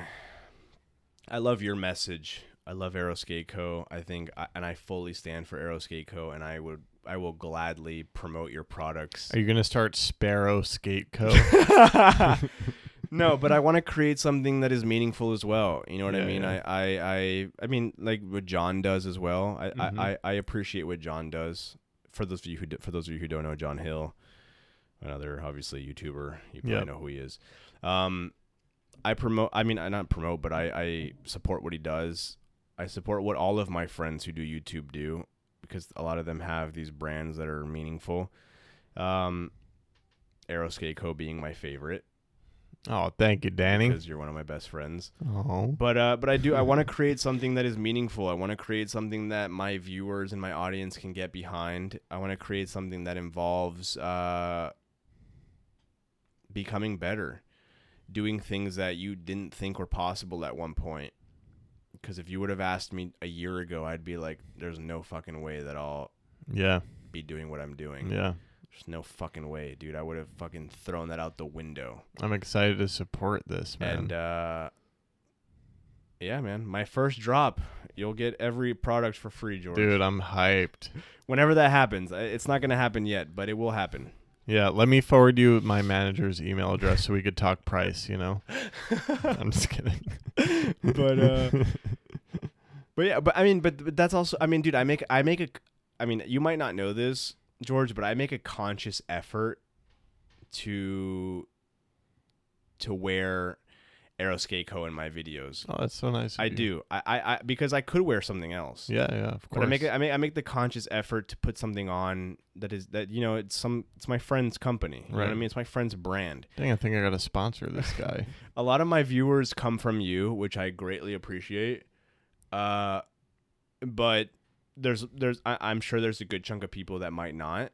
[SPEAKER 1] I love your message. I love Aeroskate Co. I think, I, and I fully stand for Aeroskate Co. And I would, I will gladly promote your products.
[SPEAKER 2] Are you gonna start Sparrow Skate Co?
[SPEAKER 1] no, but I want to create something that is meaningful as well. You know what I
[SPEAKER 2] Yeah,
[SPEAKER 1] mean?
[SPEAKER 2] yeah.
[SPEAKER 1] I, I, I, I mean, like what John does as well. I,
[SPEAKER 2] Mhm.
[SPEAKER 1] I, I, I appreciate what John does. For those of you who, do, for those of you who don't know, John Hill, another obviously YouTuber, you probably
[SPEAKER 2] Yep.
[SPEAKER 1] know who he is. Um, I promote. I mean, I not promote, but I, I support what he does. I support what all of my friends who do YouTube do because a lot of them have these brands that are meaningful. Um, Aeroskate Co being my favorite
[SPEAKER 2] oh, thank you, Danny.
[SPEAKER 1] because you're one of my best friends.
[SPEAKER 2] Oh,
[SPEAKER 1] But uh, but I do I want to create something that is meaningful. I want to create something that my viewers and my audience can get behind. I want to create something that involves uh, becoming better, doing things that you didn't think were possible at one point. Because if you would have asked me a year ago, I'd be like, "There's no fucking way that I'll
[SPEAKER 2] yeah,
[SPEAKER 1] be doing what I'm doing.
[SPEAKER 2] yeah.
[SPEAKER 1] There's no fucking way, dude. I would have fucking thrown that out the window."
[SPEAKER 2] I'm excited to support this, man.
[SPEAKER 1] And uh yeah, man, my first drop, you'll get every product for free, George.
[SPEAKER 2] Dude, I'm hyped.
[SPEAKER 1] Whenever that happens, I- it's not going to happen yet, but it will happen.
[SPEAKER 2] Yeah, let me forward you my manager's email address so we could talk price, you know? I'm just kidding.
[SPEAKER 1] But uh But yeah, but I mean, but, but that's also I mean, dude, I make I make a I mean, you might not know this, George, but I make a conscious effort to to wear Aeroskate Co in my videos.
[SPEAKER 2] Oh, that's so nice. of
[SPEAKER 1] I
[SPEAKER 2] you.
[SPEAKER 1] do. I, I I because I could wear something else.
[SPEAKER 2] Yeah, yeah, of course.
[SPEAKER 1] But I make I make I make the conscious effort to put something on that is that you know it's some it's my friend's company. You know what I
[SPEAKER 2] Right.
[SPEAKER 1] mean? It's my friend's brand.
[SPEAKER 2] Dang, I think I got to sponsor this guy.
[SPEAKER 1] A lot of my viewers come from you, which I greatly appreciate. Uh, but there's there's I, I'm sure there's a good chunk of people that might not.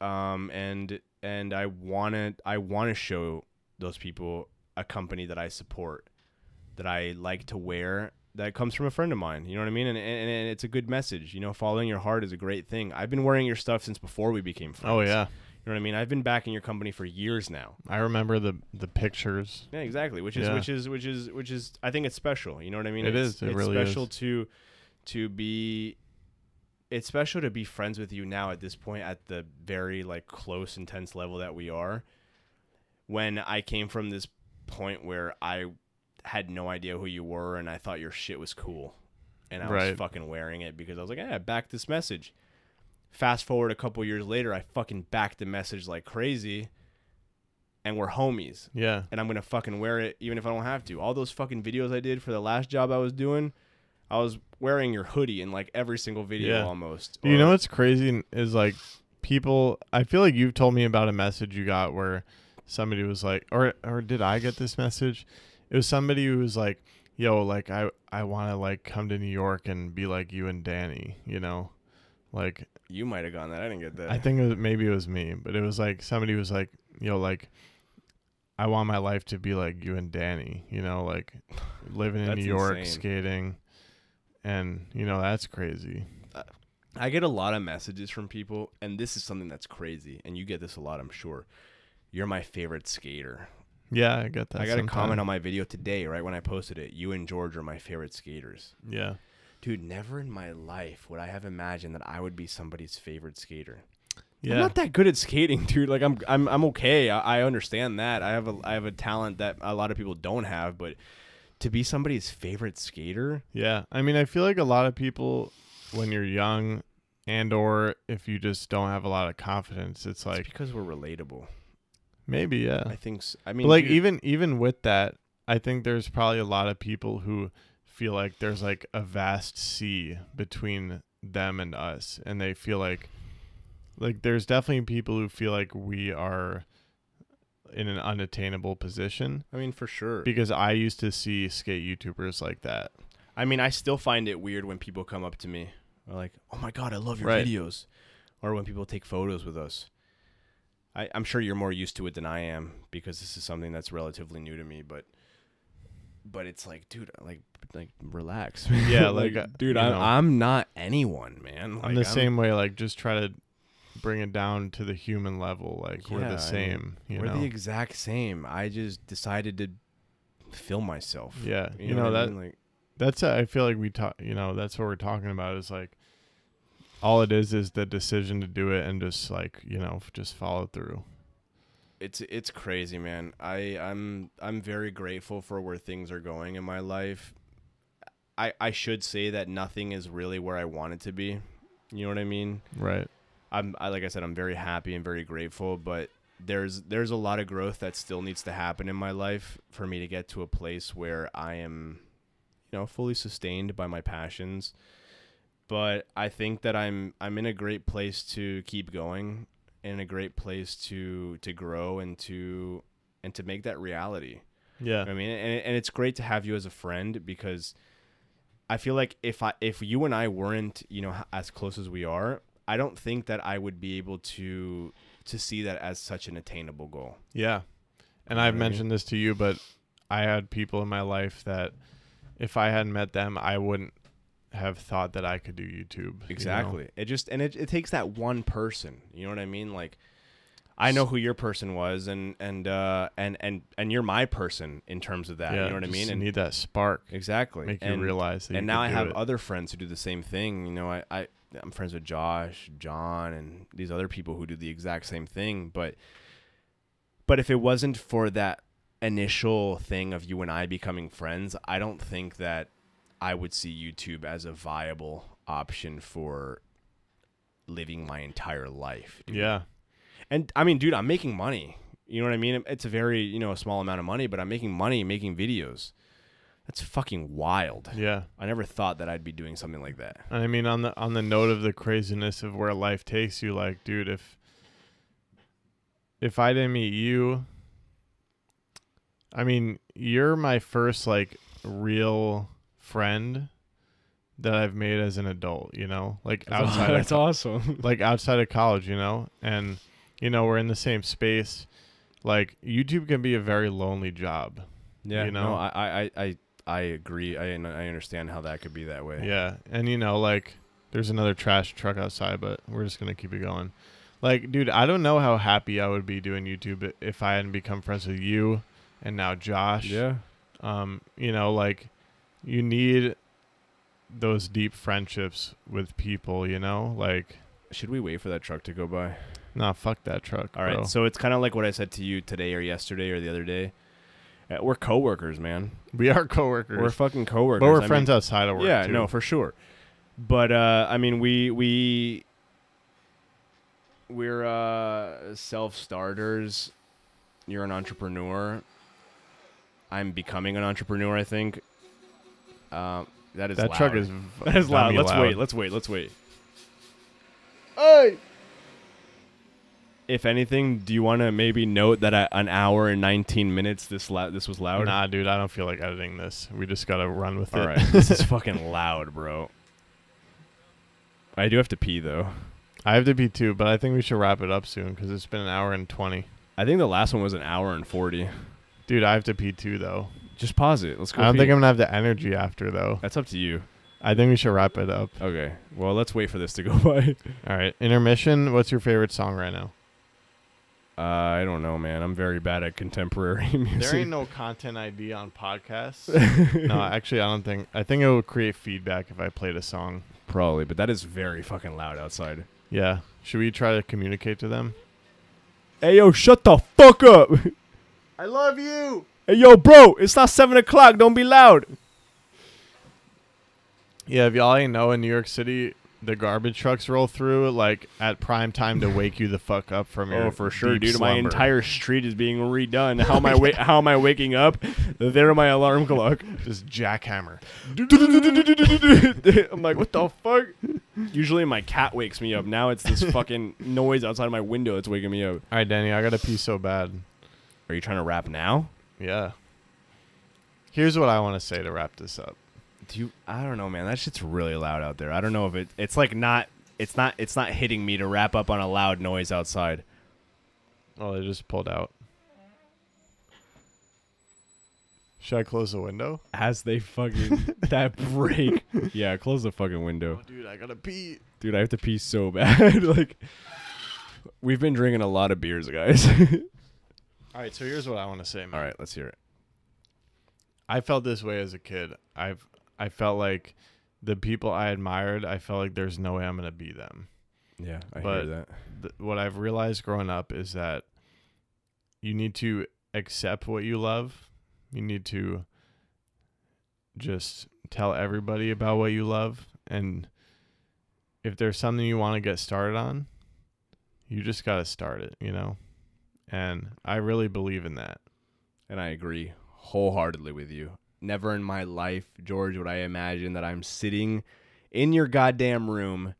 [SPEAKER 1] Um, and and I wanna I wanna show those people a company that I support, that I like to wear, that comes from a friend of mine. You know what I mean? And, and, and it's a good message. You know, following your heart is a great thing. I've been wearing your stuff since before we became friends.
[SPEAKER 2] oh, yeah.
[SPEAKER 1] You know what I mean? I've been backing your company for years now.
[SPEAKER 2] I remember the the pictures.
[SPEAKER 1] Yeah, exactly. Which is
[SPEAKER 2] Yeah.
[SPEAKER 1] which is which is which is I think it's special. You know what I mean?
[SPEAKER 2] It
[SPEAKER 1] it's,
[SPEAKER 2] is. It
[SPEAKER 1] it's
[SPEAKER 2] really
[SPEAKER 1] special
[SPEAKER 2] is.
[SPEAKER 1] to to be it's special to be friends with you now at this point at the very like close intense level that we are. When I came from this point where I had no idea who you were and I thought your shit was cool and I
[SPEAKER 2] Right.
[SPEAKER 1] was fucking wearing it because I was like, "Yeah, back this message." Fast forward a couple years later, I fucking backed the message like crazy and we're homies
[SPEAKER 2] Yeah.
[SPEAKER 1] and I'm gonna fucking wear it even if I don't have to. All those fucking videos I did for the last job I was doing, I was wearing your hoodie in like every single video
[SPEAKER 2] Yeah.
[SPEAKER 1] almost.
[SPEAKER 2] Do you know
[SPEAKER 1] Or-
[SPEAKER 2] what's crazy is like people I feel like you've told me about a message you got where somebody was like or or did I get this message? It was somebody who was like, "Yo, like I I want to like come to New York and be like you and Danny, you know?" Like
[SPEAKER 1] you might have gone that. I didn't get that.
[SPEAKER 2] I think it was, maybe it was me, but it was like somebody was like, you know, like I want my life to be like you and Danny, you know, like living in
[SPEAKER 1] That's
[SPEAKER 2] New York,
[SPEAKER 1] insane.
[SPEAKER 2] skating, and you know that's crazy.
[SPEAKER 1] I get a lot of messages from people, and this is something that's crazy, and you get this a lot, I'm sure. You're my favorite skater.
[SPEAKER 2] Yeah, I get that.
[SPEAKER 1] I got a
[SPEAKER 2] sometime.
[SPEAKER 1] comment on my video today, right when I posted it. You and George are my favorite skaters.
[SPEAKER 2] Yeah,
[SPEAKER 1] Dude, never in my life would I have imagined that I would be somebody's favorite skater. I'm
[SPEAKER 2] yeah,
[SPEAKER 1] not that good at skating, dude. Like I'm, I'm, I'm okay. I, I understand that. I have a, I have a talent that a lot of people don't have. But to be somebody's favorite skater,
[SPEAKER 2] yeah. I mean, I feel like a lot of people when you're young, and or if you just don't have a lot of confidence, it's
[SPEAKER 1] like
[SPEAKER 2] like
[SPEAKER 1] because we're relatable.
[SPEAKER 2] maybe yeah.
[SPEAKER 1] I think. s- I mean,
[SPEAKER 2] But like
[SPEAKER 1] dude,
[SPEAKER 2] even even with that, I think there's probably a lot of people who feel like there's like a vast sea between them and us, and they feel like like there's definitely people who feel like we are in an unattainable position
[SPEAKER 1] I mean, for sure.
[SPEAKER 2] because I used to see skate YouTubers like that.
[SPEAKER 1] I mean, I still find it weird when people come up to me, or like, "Oh my god, I love your
[SPEAKER 2] Right.
[SPEAKER 1] videos," or when people take photos with us. I, I'm sure you're more used to it than I am because this is something that's relatively new to me, but. But it's like, dude, uh, like, like, relax. man.
[SPEAKER 2] Yeah, like, uh,
[SPEAKER 1] dude,
[SPEAKER 2] you
[SPEAKER 1] I'm,
[SPEAKER 2] know.
[SPEAKER 1] I'm not anyone, man. Like,
[SPEAKER 2] I'm the same way. Like just try to bring it down to the human level. Like we're
[SPEAKER 1] Yeah, I mean,
[SPEAKER 2] the same. you
[SPEAKER 1] we're
[SPEAKER 2] know.
[SPEAKER 1] the exact same. I just decided to film myself.
[SPEAKER 2] yeah, you,
[SPEAKER 1] what
[SPEAKER 2] know
[SPEAKER 1] I
[SPEAKER 2] that
[SPEAKER 1] mean? Like,
[SPEAKER 2] that's i feel like we talk you know that's what we're talking about is like all it is is the decision to do it and just like you know f- just follow through
[SPEAKER 1] it's it's crazy, man. I I'm I'm very grateful for where things are going in my life. I I should say that nothing is really where I want it to be. You know what I mean?
[SPEAKER 2] right
[SPEAKER 1] I'm I like I said I'm very happy and very grateful, but there's there's a lot of growth that still needs to happen in my life for me to get to a place where I am you know fully sustained by my passions. But I think that I'm I'm in a great place to keep going in a great place to to grow and to and to make that reality.
[SPEAKER 2] yeah
[SPEAKER 1] I mean, and, and it's great to have you as a friend because I feel like if I if you and I weren't you know h- as close as we are, I don't think that I would be able to to see that as such an attainable goal.
[SPEAKER 2] yeah and
[SPEAKER 1] You know what
[SPEAKER 2] i've
[SPEAKER 1] I mean?
[SPEAKER 2] mentioned this to you but i had people in my life that if i hadn't met them i wouldn't have thought that i could do youtube you know?
[SPEAKER 1] Exactly. It just and it, it takes that one person. You know what I mean? Like I know who your person was and and uh and and and you're my person in terms of that.
[SPEAKER 2] yeah
[SPEAKER 1] you know what I mean?
[SPEAKER 2] just
[SPEAKER 1] And
[SPEAKER 2] need that spark
[SPEAKER 1] exactly.
[SPEAKER 2] make
[SPEAKER 1] and,
[SPEAKER 2] you realize that you
[SPEAKER 1] and now
[SPEAKER 2] could
[SPEAKER 1] I
[SPEAKER 2] do
[SPEAKER 1] have
[SPEAKER 2] it.
[SPEAKER 1] other friends who do the same thing. You know, I, I I'm friends with Josh, John, and these other people who do the exact same thing. But but if it wasn't for that initial thing of you and I becoming friends, I don't think that I would see YouTube as a viable option for living my entire life. dude.
[SPEAKER 2] yeah
[SPEAKER 1] And I mean, dude, I'm making money. You know what I mean? It's a very, you know, a small amount of money, but I'm making money making videos. That's fucking wild.
[SPEAKER 2] yeah
[SPEAKER 1] I never thought that I'd be doing something like that.
[SPEAKER 2] And I mean, on the on the note of the craziness of where life takes you, like, dude, if if I didn't meet you, I mean, you're my first like real friend that I've made as an adult. You know, like outside of
[SPEAKER 1] awesome.
[SPEAKER 2] like outside of college, you know? And you know, we're in the same space. Like YouTube can be a very lonely job.
[SPEAKER 1] Yeah,
[SPEAKER 2] You know?
[SPEAKER 1] no, I, I, I, I agree. I, I understand how that could be that way.
[SPEAKER 2] Yeah, and you know, like there's another trash truck outside, but we're just gonna keep it going. Like, dude, I don't know how happy I would be doing YouTube i- if I hadn't become friends with you and now Josh. Um, you know, like you need those deep friendships with people. You know, like
[SPEAKER 1] Should we wait for that truck to go by?
[SPEAKER 2] nah, fuck that truck.
[SPEAKER 1] All right.
[SPEAKER 2] bro.
[SPEAKER 1] So it's kind of like what I said to you today or yesterday or the other day. Uh, We're coworkers, man.
[SPEAKER 2] we are coworkers,
[SPEAKER 1] We're fucking coworkers.
[SPEAKER 2] but we're
[SPEAKER 1] I mean-
[SPEAKER 2] friends outside of work.
[SPEAKER 1] Yeah,
[SPEAKER 2] too.
[SPEAKER 1] no, for sure. But uh, I mean, we we we're uh, self starters you're an entrepreneur. I'm becoming an entrepreneur. I think. Um, that is
[SPEAKER 2] that
[SPEAKER 1] loud.
[SPEAKER 2] truck is
[SPEAKER 1] that is loud.
[SPEAKER 2] dummy
[SPEAKER 1] Let's wait. Let's wait. Let's wait.
[SPEAKER 4] Hey.
[SPEAKER 1] If anything, do you want to maybe note that at an hour and 19 minutes this la- this was loud?
[SPEAKER 2] Nah, dude, I don't feel like editing this. We just gotta run with it.
[SPEAKER 1] All right, this is fucking loud, bro. I do have to pee though.
[SPEAKER 2] I have to be too, but I think we should wrap it up soon because it's been an hour and twenty.
[SPEAKER 1] I think the last one was an hour and 40.
[SPEAKER 2] Dude, I have to pee too though.
[SPEAKER 1] Just pause it. Let's go.
[SPEAKER 2] I don't
[SPEAKER 1] pee.
[SPEAKER 2] think I'm gonna have the energy after though.
[SPEAKER 1] That's up to you.
[SPEAKER 2] I think we should wrap it up.
[SPEAKER 1] Okay. Well, let's wait for this to go by.
[SPEAKER 2] All right, intermission. What's your favorite song right now?
[SPEAKER 1] Uh, I don't know, man. I'm very bad at contemporary music.
[SPEAKER 2] There ain't no content ID on podcasts. no, actually, I don't think. I think it would create feedback if I played a song.
[SPEAKER 1] Probably, but that is very fucking loud outside.
[SPEAKER 2] Yeah. Should we try to communicate to them?
[SPEAKER 1] Hey, yo, shut the fuck up.
[SPEAKER 2] I love you.
[SPEAKER 1] Hey, yo, bro, it's not 7 o'clock. Don't be loud.
[SPEAKER 2] Yeah, if y'all ain't know in New York City, the garbage trucks roll through like at prime time to wake you the fuck up from your
[SPEAKER 1] Oh, for sure,
[SPEAKER 2] deep
[SPEAKER 1] dude. My
[SPEAKER 2] slumber.
[SPEAKER 1] entire street is being redone. How am I, wa- how am I waking up? There my alarm clock.
[SPEAKER 2] just jackhammer.
[SPEAKER 1] I'm like, what the fuck? Usually my cat wakes me up. Now it's this fucking noise outside my window that's waking me up.
[SPEAKER 2] All right, Danny, I gotta pee so bad.
[SPEAKER 1] Are you trying to rap now?
[SPEAKER 2] Yeah. Here's what I want to say to wrap this up.
[SPEAKER 1] Do you? I don't know, man. That shit's really loud out there. I don't know if it. It's like not. It's not. It's not hitting me to wrap up on a loud noise outside.
[SPEAKER 2] Oh, they just pulled out. Should I close the window?
[SPEAKER 1] As they fucking that break. Yeah, close the fucking window,
[SPEAKER 2] Oh, dude, I gotta pee.
[SPEAKER 1] dude. I have to pee so bad. like, we've been drinking a lot of beers, guys.
[SPEAKER 2] All right, so here's what I want to say, man.
[SPEAKER 1] All right, let's hear it.
[SPEAKER 2] I felt this way as a kid. I've I felt like the people I admired, I felt like there's no way I'm gonna be them.
[SPEAKER 1] Yeah, I
[SPEAKER 2] But-
[SPEAKER 1] hear that.
[SPEAKER 2] Th- what I've realized growing up is that you need to accept what you love. You need to just tell everybody about what you love and if there's something you want to get started on, you just got to start it, you know? And I really believe in that.
[SPEAKER 1] And I agree wholeheartedly with you. Never in my life, George, would I imagine that I'm sitting in your goddamn room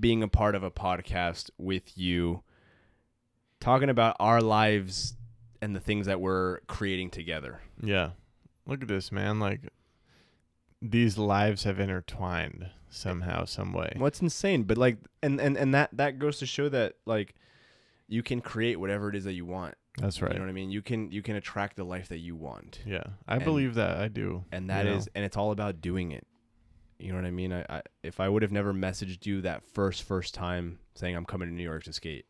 [SPEAKER 1] being a part of a podcast with you, talking about our lives and the things that we're creating together.
[SPEAKER 2] Yeah. Look at this, man. Like, these lives have intertwined somehow, some way.
[SPEAKER 1] What's insane, but like and and and that that goes to show that like you can create whatever it is that you want.
[SPEAKER 2] That's right.
[SPEAKER 1] You know what I mean? You can you can attract the life that you want.
[SPEAKER 2] Yeah. I
[SPEAKER 1] And-
[SPEAKER 2] believe that. I do.
[SPEAKER 1] and that is,
[SPEAKER 2] you know?
[SPEAKER 1] and it's all about doing it you know what i mean I, I if i would have never messaged you that first first time saying i'm coming to new york to skate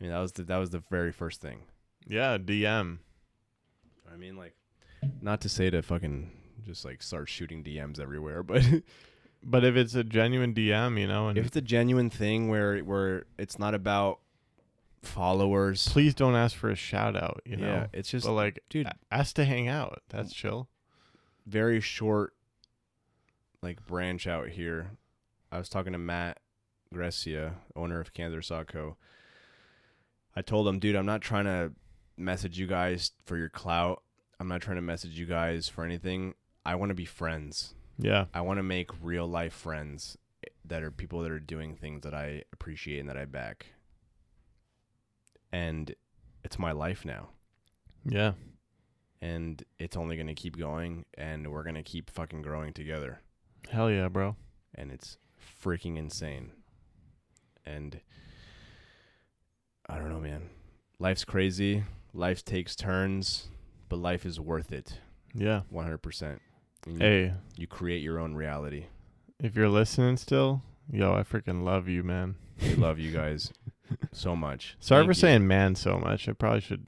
[SPEAKER 1] i mean that was the that was the very first thing
[SPEAKER 2] Yeah. DM.
[SPEAKER 1] i mean like not to say to fucking just like start shooting dms everywhere but
[SPEAKER 2] But if it's a genuine DM, you know, and
[SPEAKER 1] if it's a genuine thing where where it's not about followers
[SPEAKER 2] please don't ask for a shout out, you know?
[SPEAKER 1] yeah it's just
[SPEAKER 2] but like,
[SPEAKER 1] dude. Mm.
[SPEAKER 2] dude, ask to hang out. That's chill.
[SPEAKER 1] very short like branch out here. I was talking to Matt Grecia, owner of Kansas Socko. I told him, dude, I'm not trying to message you guys for your clout. I'm not trying to message you guys for anything. I want to be friends.
[SPEAKER 2] Yeah.
[SPEAKER 1] I want to make real life friends eh, that are people that are doing things that I appreciate and that I back. And it's my life now
[SPEAKER 2] Yeah.
[SPEAKER 1] and it's only going to keep going and we're going to keep fucking growing together
[SPEAKER 2] Hell yeah, bro.
[SPEAKER 1] and it's freaking insane and i don't know man life's crazy life takes turns but life is worth it
[SPEAKER 2] Yeah.
[SPEAKER 1] 100% and you,
[SPEAKER 2] Hey,
[SPEAKER 1] you create your own reality
[SPEAKER 2] if you're listening still, yo, I freaking love you, man.
[SPEAKER 1] we love you guys so much
[SPEAKER 2] Sorry
[SPEAKER 1] Thank
[SPEAKER 2] for
[SPEAKER 1] you.
[SPEAKER 2] saying man so much. I probably should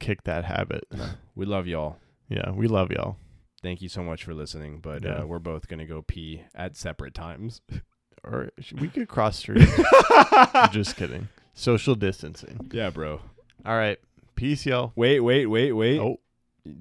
[SPEAKER 2] kick that habit.
[SPEAKER 1] we love y'all
[SPEAKER 2] Yeah, we love y'all.
[SPEAKER 1] thank you so much for listening but
[SPEAKER 2] Yeah.
[SPEAKER 1] uh, we're both going to go pee at separate times
[SPEAKER 2] Or sh- we could cross street. Just kidding. Social distancing.
[SPEAKER 1] yeah bro
[SPEAKER 2] All right. Peace, y'all.
[SPEAKER 1] wait wait wait wait
[SPEAKER 2] Oh,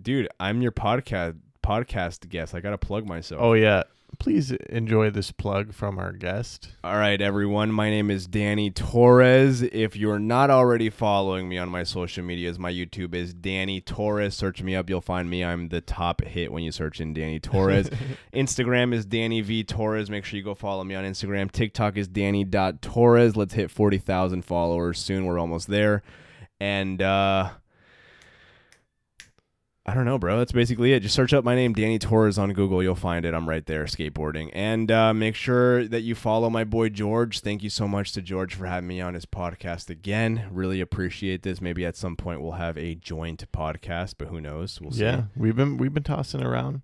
[SPEAKER 1] dude i'm your podcast podcast guest i gotta plug myself
[SPEAKER 2] oh yeah. Please enjoy this plug from our guest.
[SPEAKER 1] All right, everyone. My name is Danny Torres. If you're not already following me on my social medias, my YouTube is Danny Torres. Search me up, you'll find me. I'm the top hit when you search in Danny Torres. Instagram is Danny V Torres. Make sure you go follow me on Instagram. TikTok is Danny.Torres. Let's hit 40,000 followers soon. We're almost there. And, uh,. I don't know, bro. That's basically it. Just search up my name, Danny Torres, on Google. You'll find it. I'm right there skateboarding. And uh, make sure that you follow my boy George. Thank you so much to George for having me on his podcast again. Really appreciate this. Maybe at some point we'll have a joint podcast, but who knows? We'll see.
[SPEAKER 2] yeah, we've been we've been tossing around.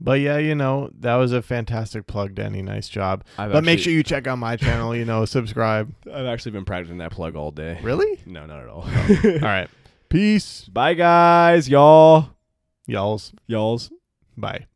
[SPEAKER 2] But yeah, you know, that was a fantastic plug, Danny. Nice job.
[SPEAKER 1] I've
[SPEAKER 2] but make
[SPEAKER 1] actually-
[SPEAKER 2] sure you check out my channel, you know, subscribe.
[SPEAKER 1] I've actually been practicing that plug all day.
[SPEAKER 2] Really?
[SPEAKER 1] No, not at all.
[SPEAKER 2] All right. Peace.
[SPEAKER 1] Bye, guys. Y'all.
[SPEAKER 2] Y'alls.
[SPEAKER 1] Y'all's.
[SPEAKER 2] Bye.